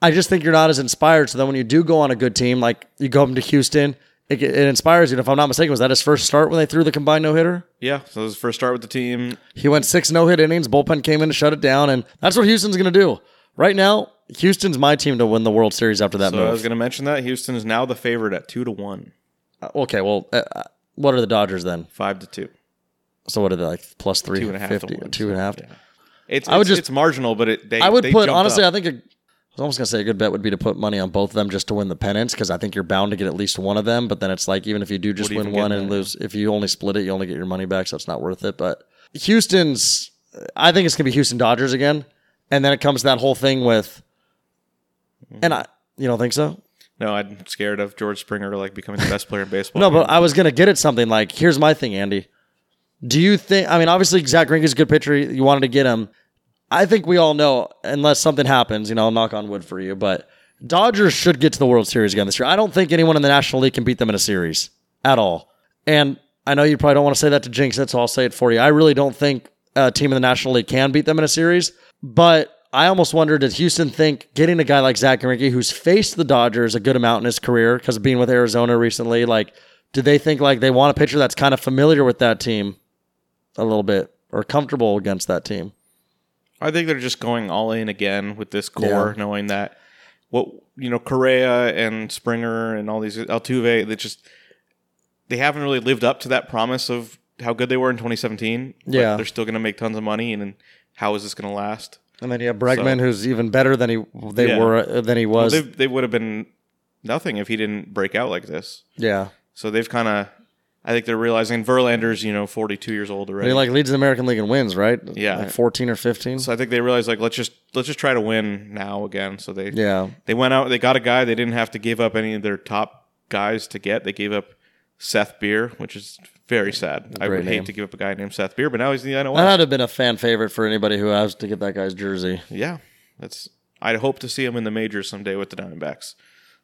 [SPEAKER 3] I just think you're not as inspired. So then when you do go on a good team, like you go up to Houston, it, it inspires you. And if I'm not mistaken, was that his first start when they threw the combined no hitter?
[SPEAKER 4] Yeah, so his first start with the team.
[SPEAKER 3] He went six no hit innings. Bullpen came in to shut it down, and that's what Houston's going to do right now. Houston's my team to win the World Series after that
[SPEAKER 4] So I
[SPEAKER 3] move.
[SPEAKER 4] was going to mention that Houston is now the favorite at two to one,
[SPEAKER 3] Uh, okay, well, uh, uh, what are the Dodgers then?
[SPEAKER 4] five to two,
[SPEAKER 3] So what are they like plus three,
[SPEAKER 4] two and a half to
[SPEAKER 3] 50,
[SPEAKER 4] one.
[SPEAKER 3] two and a half?
[SPEAKER 4] Yeah. It's,
[SPEAKER 3] I would
[SPEAKER 4] it's-
[SPEAKER 3] just-
[SPEAKER 4] it's marginal, but it, they
[SPEAKER 3] I would
[SPEAKER 4] they
[SPEAKER 3] put
[SPEAKER 4] jumped
[SPEAKER 3] honestly.
[SPEAKER 4] up.
[SPEAKER 3] I think a, I was almost gonna say a good bet would be to put money on both of them just to win the pennants because I think you're bound to get at least one of them. But then it's like even if you do just
[SPEAKER 4] What are you
[SPEAKER 3] win
[SPEAKER 4] even
[SPEAKER 3] one
[SPEAKER 4] getting
[SPEAKER 3] and
[SPEAKER 4] at?
[SPEAKER 3] lose, if you only split it, you only get your money back, so it's not worth it. But Houston's, I think it's gonna be Houston Dodgers again, and then it comes to that whole thing with,
[SPEAKER 4] Mm-hmm.
[SPEAKER 3] and I you don't think so?
[SPEAKER 4] no, I'm scared of George Springer like becoming the best player in
[SPEAKER 3] [LAUGHS]
[SPEAKER 4] baseball.
[SPEAKER 3] No, but I was gonna get at something like here's my thing, Andy. Do you think? I mean, obviously Zach Greinke's a good pitcher. You wanted to get him. I think we all know, unless something happens, you know, I'll knock on wood for you, but Dodgers should get to the World Series again this year. I don't think anyone in the National League can beat them in a series at all. And I know you probably don't want to say that to Jinx, that's so I'll say it for you. I really don't think a team in the National League can beat them in a series, but I almost wonder did Houston think getting a guy like Zach Greinke, who's faced the Dodgers a good amount in his career because of being with Arizona recently, like, do they think like they want a pitcher that's kind of familiar with that team a little bit or comfortable against that team?
[SPEAKER 4] I think they're just going all in again with this core, knowing that what you know Correa and Springer and all these Altuve, they just they haven't really lived up to that promise of how good they were in 2017. but
[SPEAKER 3] Yeah.
[SPEAKER 4] they're still going to make tons of money, and then how is this going to last?
[SPEAKER 3] And then you have Bregman,
[SPEAKER 4] So-
[SPEAKER 3] who's even better than he they
[SPEAKER 4] Yeah.
[SPEAKER 3] were uh, than he was.
[SPEAKER 4] Well, they they would have been nothing if he didn't break out like this.
[SPEAKER 3] yeah,
[SPEAKER 4] So they've kind of, I think they're realizing Verlander's you know 42 years old
[SPEAKER 3] and
[SPEAKER 4] already.
[SPEAKER 3] he like leads the American League in wins, right?
[SPEAKER 4] Yeah.
[SPEAKER 3] Like fourteen or fifteen.
[SPEAKER 4] so I think they realize like let's just let's just try to win now again. So they
[SPEAKER 3] yeah,
[SPEAKER 4] They went out, they got a guy they didn't have to give up any of their top guys to get. They gave up Seth Beer, which is very sad. I
[SPEAKER 3] Great
[SPEAKER 4] would
[SPEAKER 3] name.
[SPEAKER 4] hate to give up a guy named Seth Beer, but now he's in the NL
[SPEAKER 3] that'd
[SPEAKER 4] West.
[SPEAKER 3] have been a fan favorite for anybody who has to get that guy's jersey.
[SPEAKER 4] Yeah. That's I'd hope to see him in the majors someday with the Diamondbacks.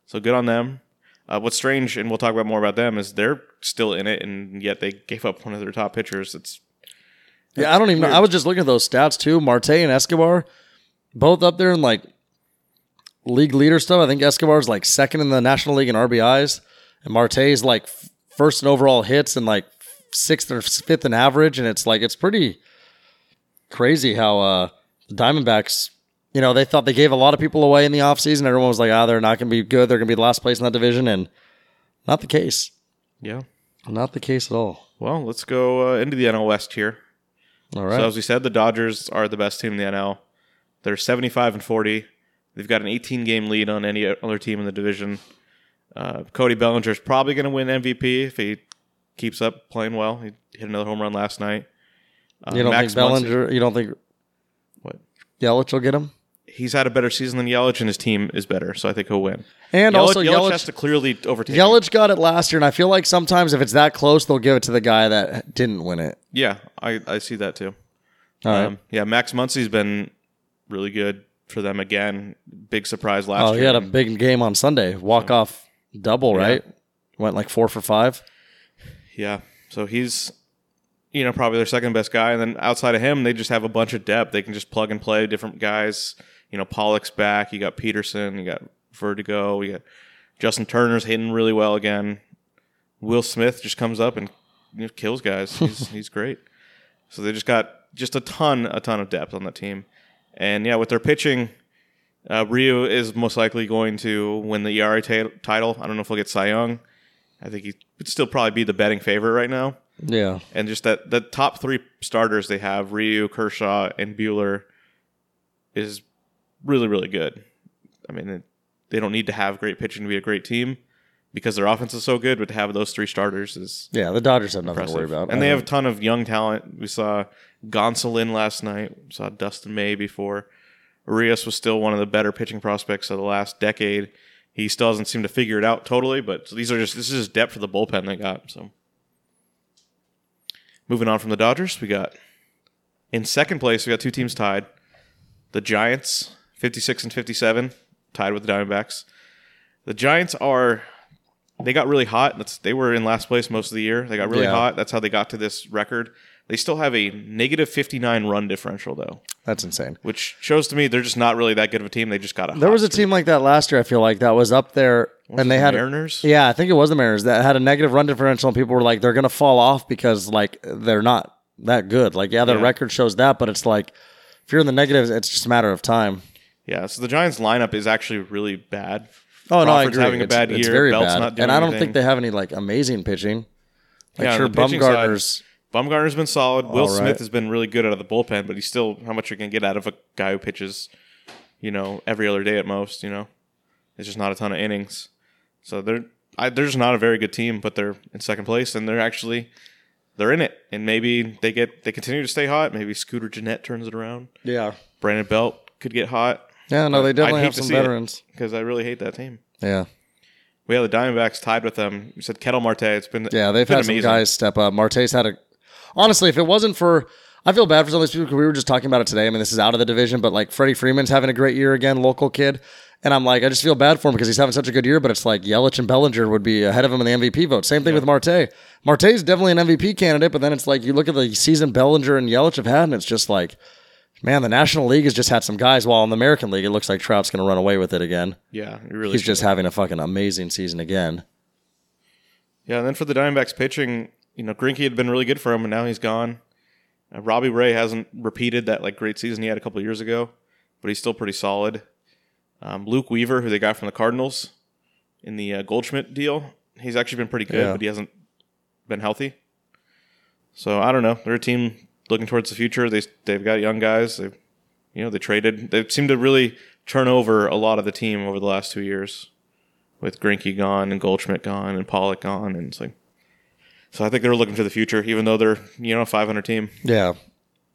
[SPEAKER 4] So good on them. Uh, what's strange, and we'll talk about more about them, is they're still in it, and yet they gave up one of their top pitchers. It's
[SPEAKER 3] yeah, I don't even. know. I was just looking at those stats too. Marte and Escobar, both up there in like league leader stuff. I think Escobar's like second in the National League in RBIs, and Marte's like f- first in overall hits and like sixth or fifth in average. And it's like it's pretty crazy how uh the Diamondbacks. You know, they thought they gave a lot of people away in the offseason. Everyone was like, ah, they're not going to be good. They're going to be last place in that division. And not the case.
[SPEAKER 4] yeah.
[SPEAKER 3] Not the case at all.
[SPEAKER 4] Well, let's go uh, into the NL West here.
[SPEAKER 3] All right.
[SPEAKER 4] So as we said, the Dodgers are the best team in the NL. They're 75 and 40. They've got an 18 game lead on any other team in the division. Uh, Cody Bellinger is probably going to win MVP if he keeps up playing well. He hit another home run last night. Uh,
[SPEAKER 3] you don't
[SPEAKER 4] Max
[SPEAKER 3] think
[SPEAKER 4] Muncy-
[SPEAKER 3] Bellinger, you don't think
[SPEAKER 4] What?
[SPEAKER 3] Yelich will get him?
[SPEAKER 4] He's had a better season than Yelich, and his team is better, so I think he'll win.
[SPEAKER 3] And
[SPEAKER 4] Yelich,
[SPEAKER 3] also
[SPEAKER 4] Yelich,
[SPEAKER 3] Yelich,
[SPEAKER 4] has to clearly overtake. him.
[SPEAKER 3] Yelich got it last year, and I feel like sometimes if it's that close, they'll give it to the guy that didn't win it.
[SPEAKER 4] Yeah, I, I see that too.
[SPEAKER 3] All right.
[SPEAKER 4] Um, yeah, Max Muncy's been really good for them again. Big surprise last
[SPEAKER 3] oh,
[SPEAKER 4] year.
[SPEAKER 3] he had a big game on Sunday. Walk off double, right? Went like four for five.
[SPEAKER 4] Yeah. So he's, you know, probably their second best guy. And then outside of him, they just have a bunch of depth. They can just plug and play different guys. You know, Pollock's back. You got Peterson. You got Vertigo. You got Justin Turner's hitting really well again. Will Smith just comes up and you know, kills guys. He's, he's great. So they just got just a ton, a ton of depth on that team. And yeah, with their pitching, uh, Ryu is most likely going to win the E ERA ta- title. I don't know if he'll get Cy Young. I think he would still probably be the betting favorite right now.
[SPEAKER 3] Yeah.
[SPEAKER 4] And just that the top three starters they have, Ryu, Kershaw, and Bueller, is really, really good. I mean, it- they don't need to have great pitching to be a great team because their offense is so good, but to have those three starters is
[SPEAKER 3] Yeah. The Dodgers have nothing to
[SPEAKER 4] impressive.
[SPEAKER 3] worry about.
[SPEAKER 4] And
[SPEAKER 3] I
[SPEAKER 4] they have a
[SPEAKER 3] don't-
[SPEAKER 4] ton of young talent. We saw Gonsolin last night, we saw Dustin May before. Arias was still one of the better pitching prospects of the last decade. He still doesn't seem to figure it out totally, but so these are just this is just depth for the bullpen they got. So moving on from the Dodgers, we got in second place, we got two teams tied. The Giants, 56 and 57, tied with the Diamondbacks. The Giants are they got really hot. That's they were in last place most of the year. They got really
[SPEAKER 3] Yeah.
[SPEAKER 4] hot. That's how they got to this record. They still have a negative 59 run differential, though,
[SPEAKER 3] That's insane.
[SPEAKER 4] which shows to me they're just not really that good of a team. They just got a.
[SPEAKER 3] There
[SPEAKER 4] hot
[SPEAKER 3] was a
[SPEAKER 4] streak.
[SPEAKER 3] team like that last year. I feel like that was up there, and they
[SPEAKER 4] the
[SPEAKER 3] had
[SPEAKER 4] Mariners?
[SPEAKER 3] Yeah, I think it was the Mariners that had a negative run differential, and people were like, they're gonna fall off because like they're not that good. Like, yeah, their
[SPEAKER 4] Yeah.
[SPEAKER 3] record shows that, but it's like if you're in the negatives, it's just a matter of time.
[SPEAKER 4] Yeah, so the Giants lineup is actually really bad.
[SPEAKER 3] Oh no, I
[SPEAKER 4] Crawford's
[SPEAKER 3] agree.
[SPEAKER 4] having a
[SPEAKER 3] It's-
[SPEAKER 4] bad
[SPEAKER 3] it's
[SPEAKER 4] year.
[SPEAKER 3] very
[SPEAKER 4] Belt's
[SPEAKER 3] bad.
[SPEAKER 4] not doing
[SPEAKER 3] and I don't
[SPEAKER 4] anything.
[SPEAKER 3] think they have any like amazing pitching. Like
[SPEAKER 4] Yeah,
[SPEAKER 3] sure,
[SPEAKER 4] on the pitching side-
[SPEAKER 3] Bumgarner's.
[SPEAKER 4] Bumgarner's been solid. Will
[SPEAKER 3] All right.
[SPEAKER 4] Smith has been really good out of the bullpen, but he's still how much you can get out of a guy who pitches, you know, every other day at most. You know, it's just not a ton of innings. So they're I, they're just not a very good team, but they're in second place and they're actually they're in it. And maybe they get they continue to stay hot. Maybe Scooter Jeanette turns it around.
[SPEAKER 3] Yeah.
[SPEAKER 4] Brandon Belt could get hot
[SPEAKER 3] Yeah, no, they definitely
[SPEAKER 4] hate
[SPEAKER 3] have
[SPEAKER 4] to
[SPEAKER 3] some
[SPEAKER 4] see it.
[SPEAKER 3] veterans.
[SPEAKER 4] because I really hate that team.
[SPEAKER 3] Yeah.
[SPEAKER 4] We have the Diamondbacks tied with them. You said Kettle Marte. It's been
[SPEAKER 3] Yeah,
[SPEAKER 4] it's
[SPEAKER 3] they've
[SPEAKER 4] been
[SPEAKER 3] had some guys step up. Marte's had a. Honestly, if it wasn't for, I feel bad for some of these people. 'cause We were just talking about it today. I mean, this is out of the division, but like Freddie Freeman's having a great year again, local kid, and I'm like, I just feel bad for him because he's having such a good year. But it's like Yelich and Bellinger would be ahead of him in the MVP vote. Same thing with Marte. Marte's definitely an MVP candidate, but then it's like you look at the season Bellinger and Yelich have had, and it's just like, man, the National League has just had some guys. While in the American League, it looks like Trout's going to run away with it again.
[SPEAKER 4] Yeah, you really
[SPEAKER 3] He's just having a fucking amazing season again.
[SPEAKER 4] Yeah, and then for the Diamondbacks pitching, you know, Grinke had been really good for him, and now he's gone. Uh, Robbie Ray hasn't repeated that like great season he had a couple years ago, but he's still pretty solid. Um, Luke Weaver, who they got from the Cardinals in the uh, Goldschmidt deal, he's actually been pretty good,
[SPEAKER 3] Yeah.
[SPEAKER 4] but he hasn't been healthy. So I don't know. They're a team looking towards the future. They they've got young guys. They you know they traded. They seem to really turn over a lot of the team over the last two years with Grinke gone and Goldschmidt gone and Pollock gone, and it's like. So I think they're looking to the future, even though they're you know a 500 team.
[SPEAKER 3] Yeah,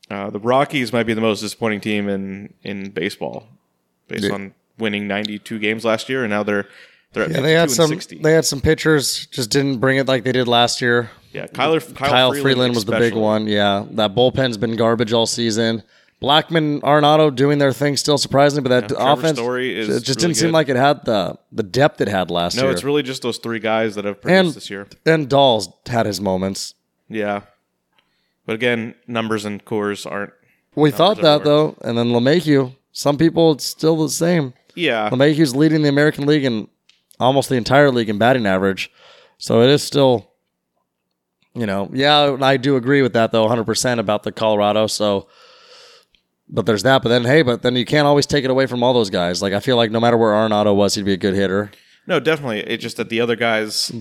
[SPEAKER 4] Uh, the Rockies might be the most disappointing team in in baseball, based
[SPEAKER 3] Yeah.
[SPEAKER 4] on winning 92 games last year, and now they're they're at
[SPEAKER 3] Yeah, they had
[SPEAKER 4] 52
[SPEAKER 3] some.
[SPEAKER 4] and 60.
[SPEAKER 3] They had some pitchers, just didn't bring it like they did last year.
[SPEAKER 4] yeah, Kyler Kyle,
[SPEAKER 3] Kyle, Freeland, was the big
[SPEAKER 4] especially.
[SPEAKER 3] one. Yeah, that bullpen's been garbage all season. Blackman, Arenado doing their thing still surprisingly, but that
[SPEAKER 4] Yeah, Trevor
[SPEAKER 3] offense
[SPEAKER 4] Story is
[SPEAKER 3] it just
[SPEAKER 4] really
[SPEAKER 3] didn't seem
[SPEAKER 4] good.
[SPEAKER 3] like it had the the depth it had last
[SPEAKER 4] No,
[SPEAKER 3] year.
[SPEAKER 4] it's really just those three guys that have produced
[SPEAKER 3] and
[SPEAKER 4] this year.
[SPEAKER 3] and Dolls had his moments.
[SPEAKER 4] Yeah, but again, numbers and cores aren't.
[SPEAKER 3] We thought that
[SPEAKER 4] everywhere.
[SPEAKER 3] though, and then Lemayhew. Some people it's still the same. [LAUGHS]
[SPEAKER 4] Yeah,
[SPEAKER 3] Lemayhew's leading the American League and almost the entire league in batting average. So it is still, you know, yeah, I do agree with that though, 100% about the Colorado. So, but there's that. But then, hey, but then you can't always take it away from all those guys. Like, I feel like no matter where Arenado was, he'd be a good hitter.
[SPEAKER 4] no, definitely. It's just that the other guys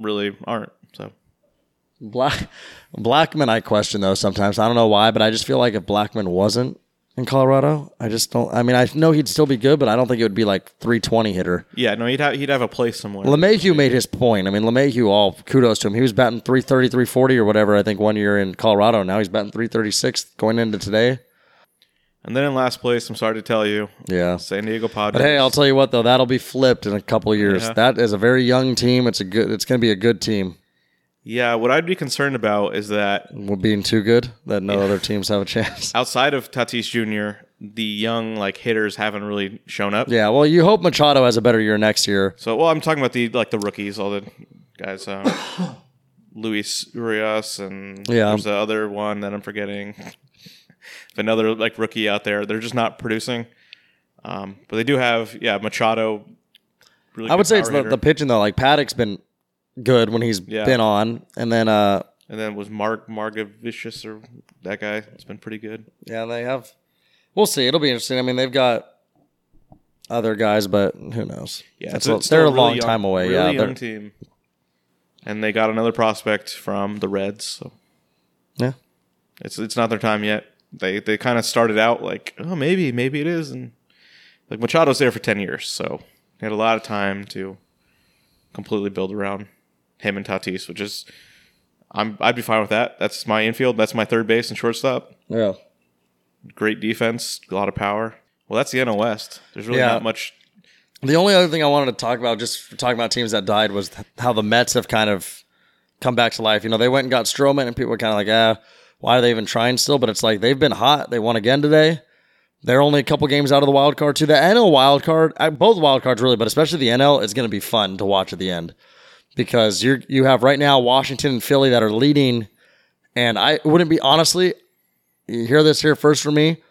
[SPEAKER 4] really aren't. So
[SPEAKER 3] Black, Blackman, I question though sometimes. I don't know why, but I just feel like if Blackman wasn't in Colorado, I just don't. I mean, I know he'd still be good, but I don't think it would be like 320 hitter.
[SPEAKER 4] yeah, no, he'd have he'd have a place somewhere.
[SPEAKER 3] LeMahieu made his point. I mean, LeMahieu, all kudos to him. He was batting 330, 340 or whatever, I think, one year in Colorado. Now he's batting 336 going into today.
[SPEAKER 4] and then in last place, I'm sorry to tell you,
[SPEAKER 3] Yeah.
[SPEAKER 4] San Diego Padres.
[SPEAKER 3] But hey, I'll tell you what, though, that'll be flipped in a couple years.
[SPEAKER 4] Yeah.
[SPEAKER 3] That is a very young team. It's a good. It's going to be a good team.
[SPEAKER 4] yeah, what I'd be concerned about is that
[SPEAKER 3] We're being too good that no other teams have a chance. [LAUGHS]
[SPEAKER 4] outside of Tatis Jr., the young like hitters haven't really shown up.
[SPEAKER 3] Yeah, well, you hope Machado has a better year next year.
[SPEAKER 4] So, well, I'm talking about the like the rookies, all the guys. Um, [COUGHS] Luis Urias and
[SPEAKER 3] Yeah.
[SPEAKER 4] there's the other one that I'm forgetting. [LAUGHS] Another like rookie out there, they're just not producing. Um, but they do have yeah Machado. Really
[SPEAKER 3] I
[SPEAKER 4] good
[SPEAKER 3] would say it's
[SPEAKER 4] power
[SPEAKER 3] the,
[SPEAKER 4] hitter.
[SPEAKER 3] the pitching though. Like Paddock's been good when he's
[SPEAKER 4] Yeah.
[SPEAKER 3] been on, and then uh,
[SPEAKER 4] and then was Mark Margavicious or that guy. It's been pretty good.
[SPEAKER 3] Yeah, they have. We'll see. It'll be interesting. I mean, they've got other guys, but who knows?
[SPEAKER 4] Yeah,
[SPEAKER 3] That's
[SPEAKER 4] so
[SPEAKER 3] a-
[SPEAKER 4] it's still
[SPEAKER 3] they're a
[SPEAKER 4] really
[SPEAKER 3] long
[SPEAKER 4] young-
[SPEAKER 3] time away.
[SPEAKER 4] really
[SPEAKER 3] yeah,
[SPEAKER 4] young
[SPEAKER 3] they're-
[SPEAKER 4] team. And they got another prospect from the Reds, so
[SPEAKER 3] yeah.
[SPEAKER 4] it's it's not their time yet. They they kind of started out like, oh, maybe maybe it is, and like Machado's there for ten years, so they had a lot of time to completely build around him and Tatis, which is I'm I'd be fine with that. That's my infield. That's my third base and shortstop.
[SPEAKER 3] Yeah.
[SPEAKER 4] Great defense, a lot of power. Well, that's the NL West. There's really
[SPEAKER 3] Yeah.
[SPEAKER 4] not much.
[SPEAKER 3] The only other thing I wanted to talk about, just for talking about teams that died, was th- how the Mets have kind of come back to life. You know, they went and got Stroman, and people were kind of like, ah, why are they even trying still? But it's like they've been hot. They won again today. They're only a couple games out of the wild card too. The NL wild card, uh, both wild cards really, but especially the NL is going to be fun to watch at the end because you're you have right now Washington and Philly that are leading And I wouldn't be honestly, you hear this here first from me.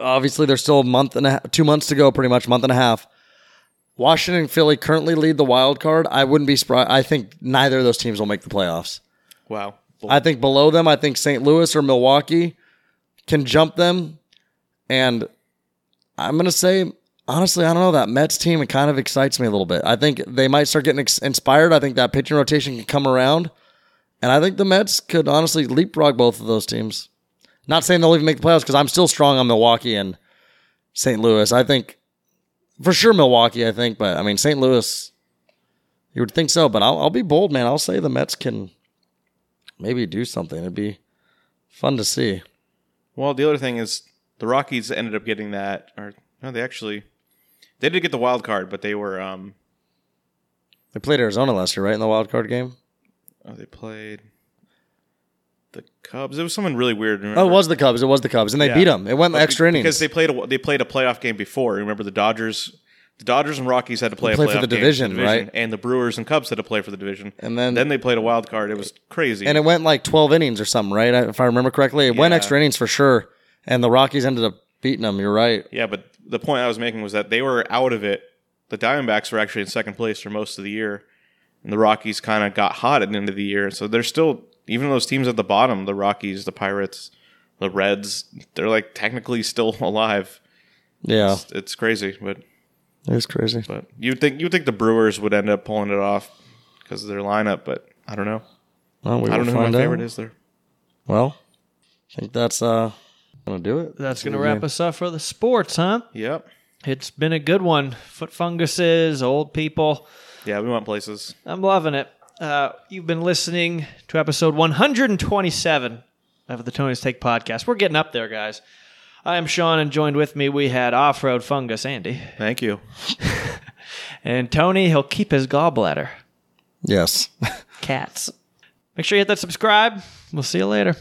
[SPEAKER 3] Obviously, there's still a month and a half, two months to go, pretty much, month and a half. Washington and Philly currently lead the wild card. I wouldn't be surprised. I think neither of those teams will make the playoffs.
[SPEAKER 4] Wow.
[SPEAKER 3] I think below them, I think St. Louis or Milwaukee can jump them. And I'm going to say, honestly, I don't know. That Mets team, it kind of excites me a little bit. I think they might start getting ex- inspired. I think that pitching rotation can come around. And I think the Mets could honestly leapfrog both of those teams. Not saying they'll even make the playoffs because I'm still strong on Milwaukee and St. Louis. I think for sure Milwaukee, I think. But I mean, St. Louis, you would think so. But I'll, I'll be bold, man. I'll say the Mets can maybe do something. It'd be fun to see.
[SPEAKER 4] Well, the other thing is the Rockies ended up getting that, or no, they actually they did get the wild card, but they were um
[SPEAKER 3] They played Arizona last year, right, in the wild card game?
[SPEAKER 4] oh, they played the Cubs. It was someone really weird.
[SPEAKER 3] Oh,
[SPEAKER 4] remember?
[SPEAKER 3] it was the Cubs. It was the Cubs, and they
[SPEAKER 4] Yeah.
[SPEAKER 3] beat them. It went
[SPEAKER 4] But be-
[SPEAKER 3] extra innings.
[SPEAKER 4] because they played a, they played a playoff game before. Remember the Dodgers, the Dodgers and Rockies had to play,
[SPEAKER 3] played
[SPEAKER 4] a
[SPEAKER 3] for
[SPEAKER 4] playoff
[SPEAKER 3] the
[SPEAKER 4] game
[SPEAKER 3] division, right?
[SPEAKER 4] And the Brewers and Cubs had to play for the division,
[SPEAKER 3] And then-
[SPEAKER 4] then they played a wild card. It was crazy.
[SPEAKER 3] and it went like 12 innings or something, right? If I remember correctly, it went
[SPEAKER 4] Yeah.
[SPEAKER 3] extra innings for sure. And the Rockies ended up beating them. You're right.
[SPEAKER 4] yeah, but the point I was making was that they were out of it. The Diamondbacks were actually in second place for most of the year, and the Rockies kind of got hot at the end of the year. So they're still even those teams at the bottom, the Rockies, the Pirates, the Reds, they're like technically still [LAUGHS] alive.
[SPEAKER 3] Yeah,
[SPEAKER 4] It's, it's crazy, but
[SPEAKER 3] it was crazy.
[SPEAKER 4] But you'd think you'd think the Brewers would end up pulling it off because of their lineup, but I don't know.
[SPEAKER 3] Well, we
[SPEAKER 4] I
[SPEAKER 3] will
[SPEAKER 4] don't know who
[SPEAKER 3] find
[SPEAKER 4] my
[SPEAKER 3] out.
[SPEAKER 4] favorite is there.
[SPEAKER 3] Well, I think that's uh gonna do it.
[SPEAKER 2] That's going to wrap us up for the sports, huh?
[SPEAKER 4] Yep.
[SPEAKER 2] It's been a good one. Foot funguses, old people.
[SPEAKER 4] Yeah, we went places.
[SPEAKER 2] I'm loving it. Uh, you've been listening to episode 127 of the Tony's Take podcast. We're getting up there, guys. I am Sean, and joined with me we had off-road fungus Andy
[SPEAKER 4] Thank you.
[SPEAKER 2] and Tony. He'll keep his gallbladder.
[SPEAKER 3] Yes.
[SPEAKER 2] Cats. Make sure you hit that subscribe. We'll see you later.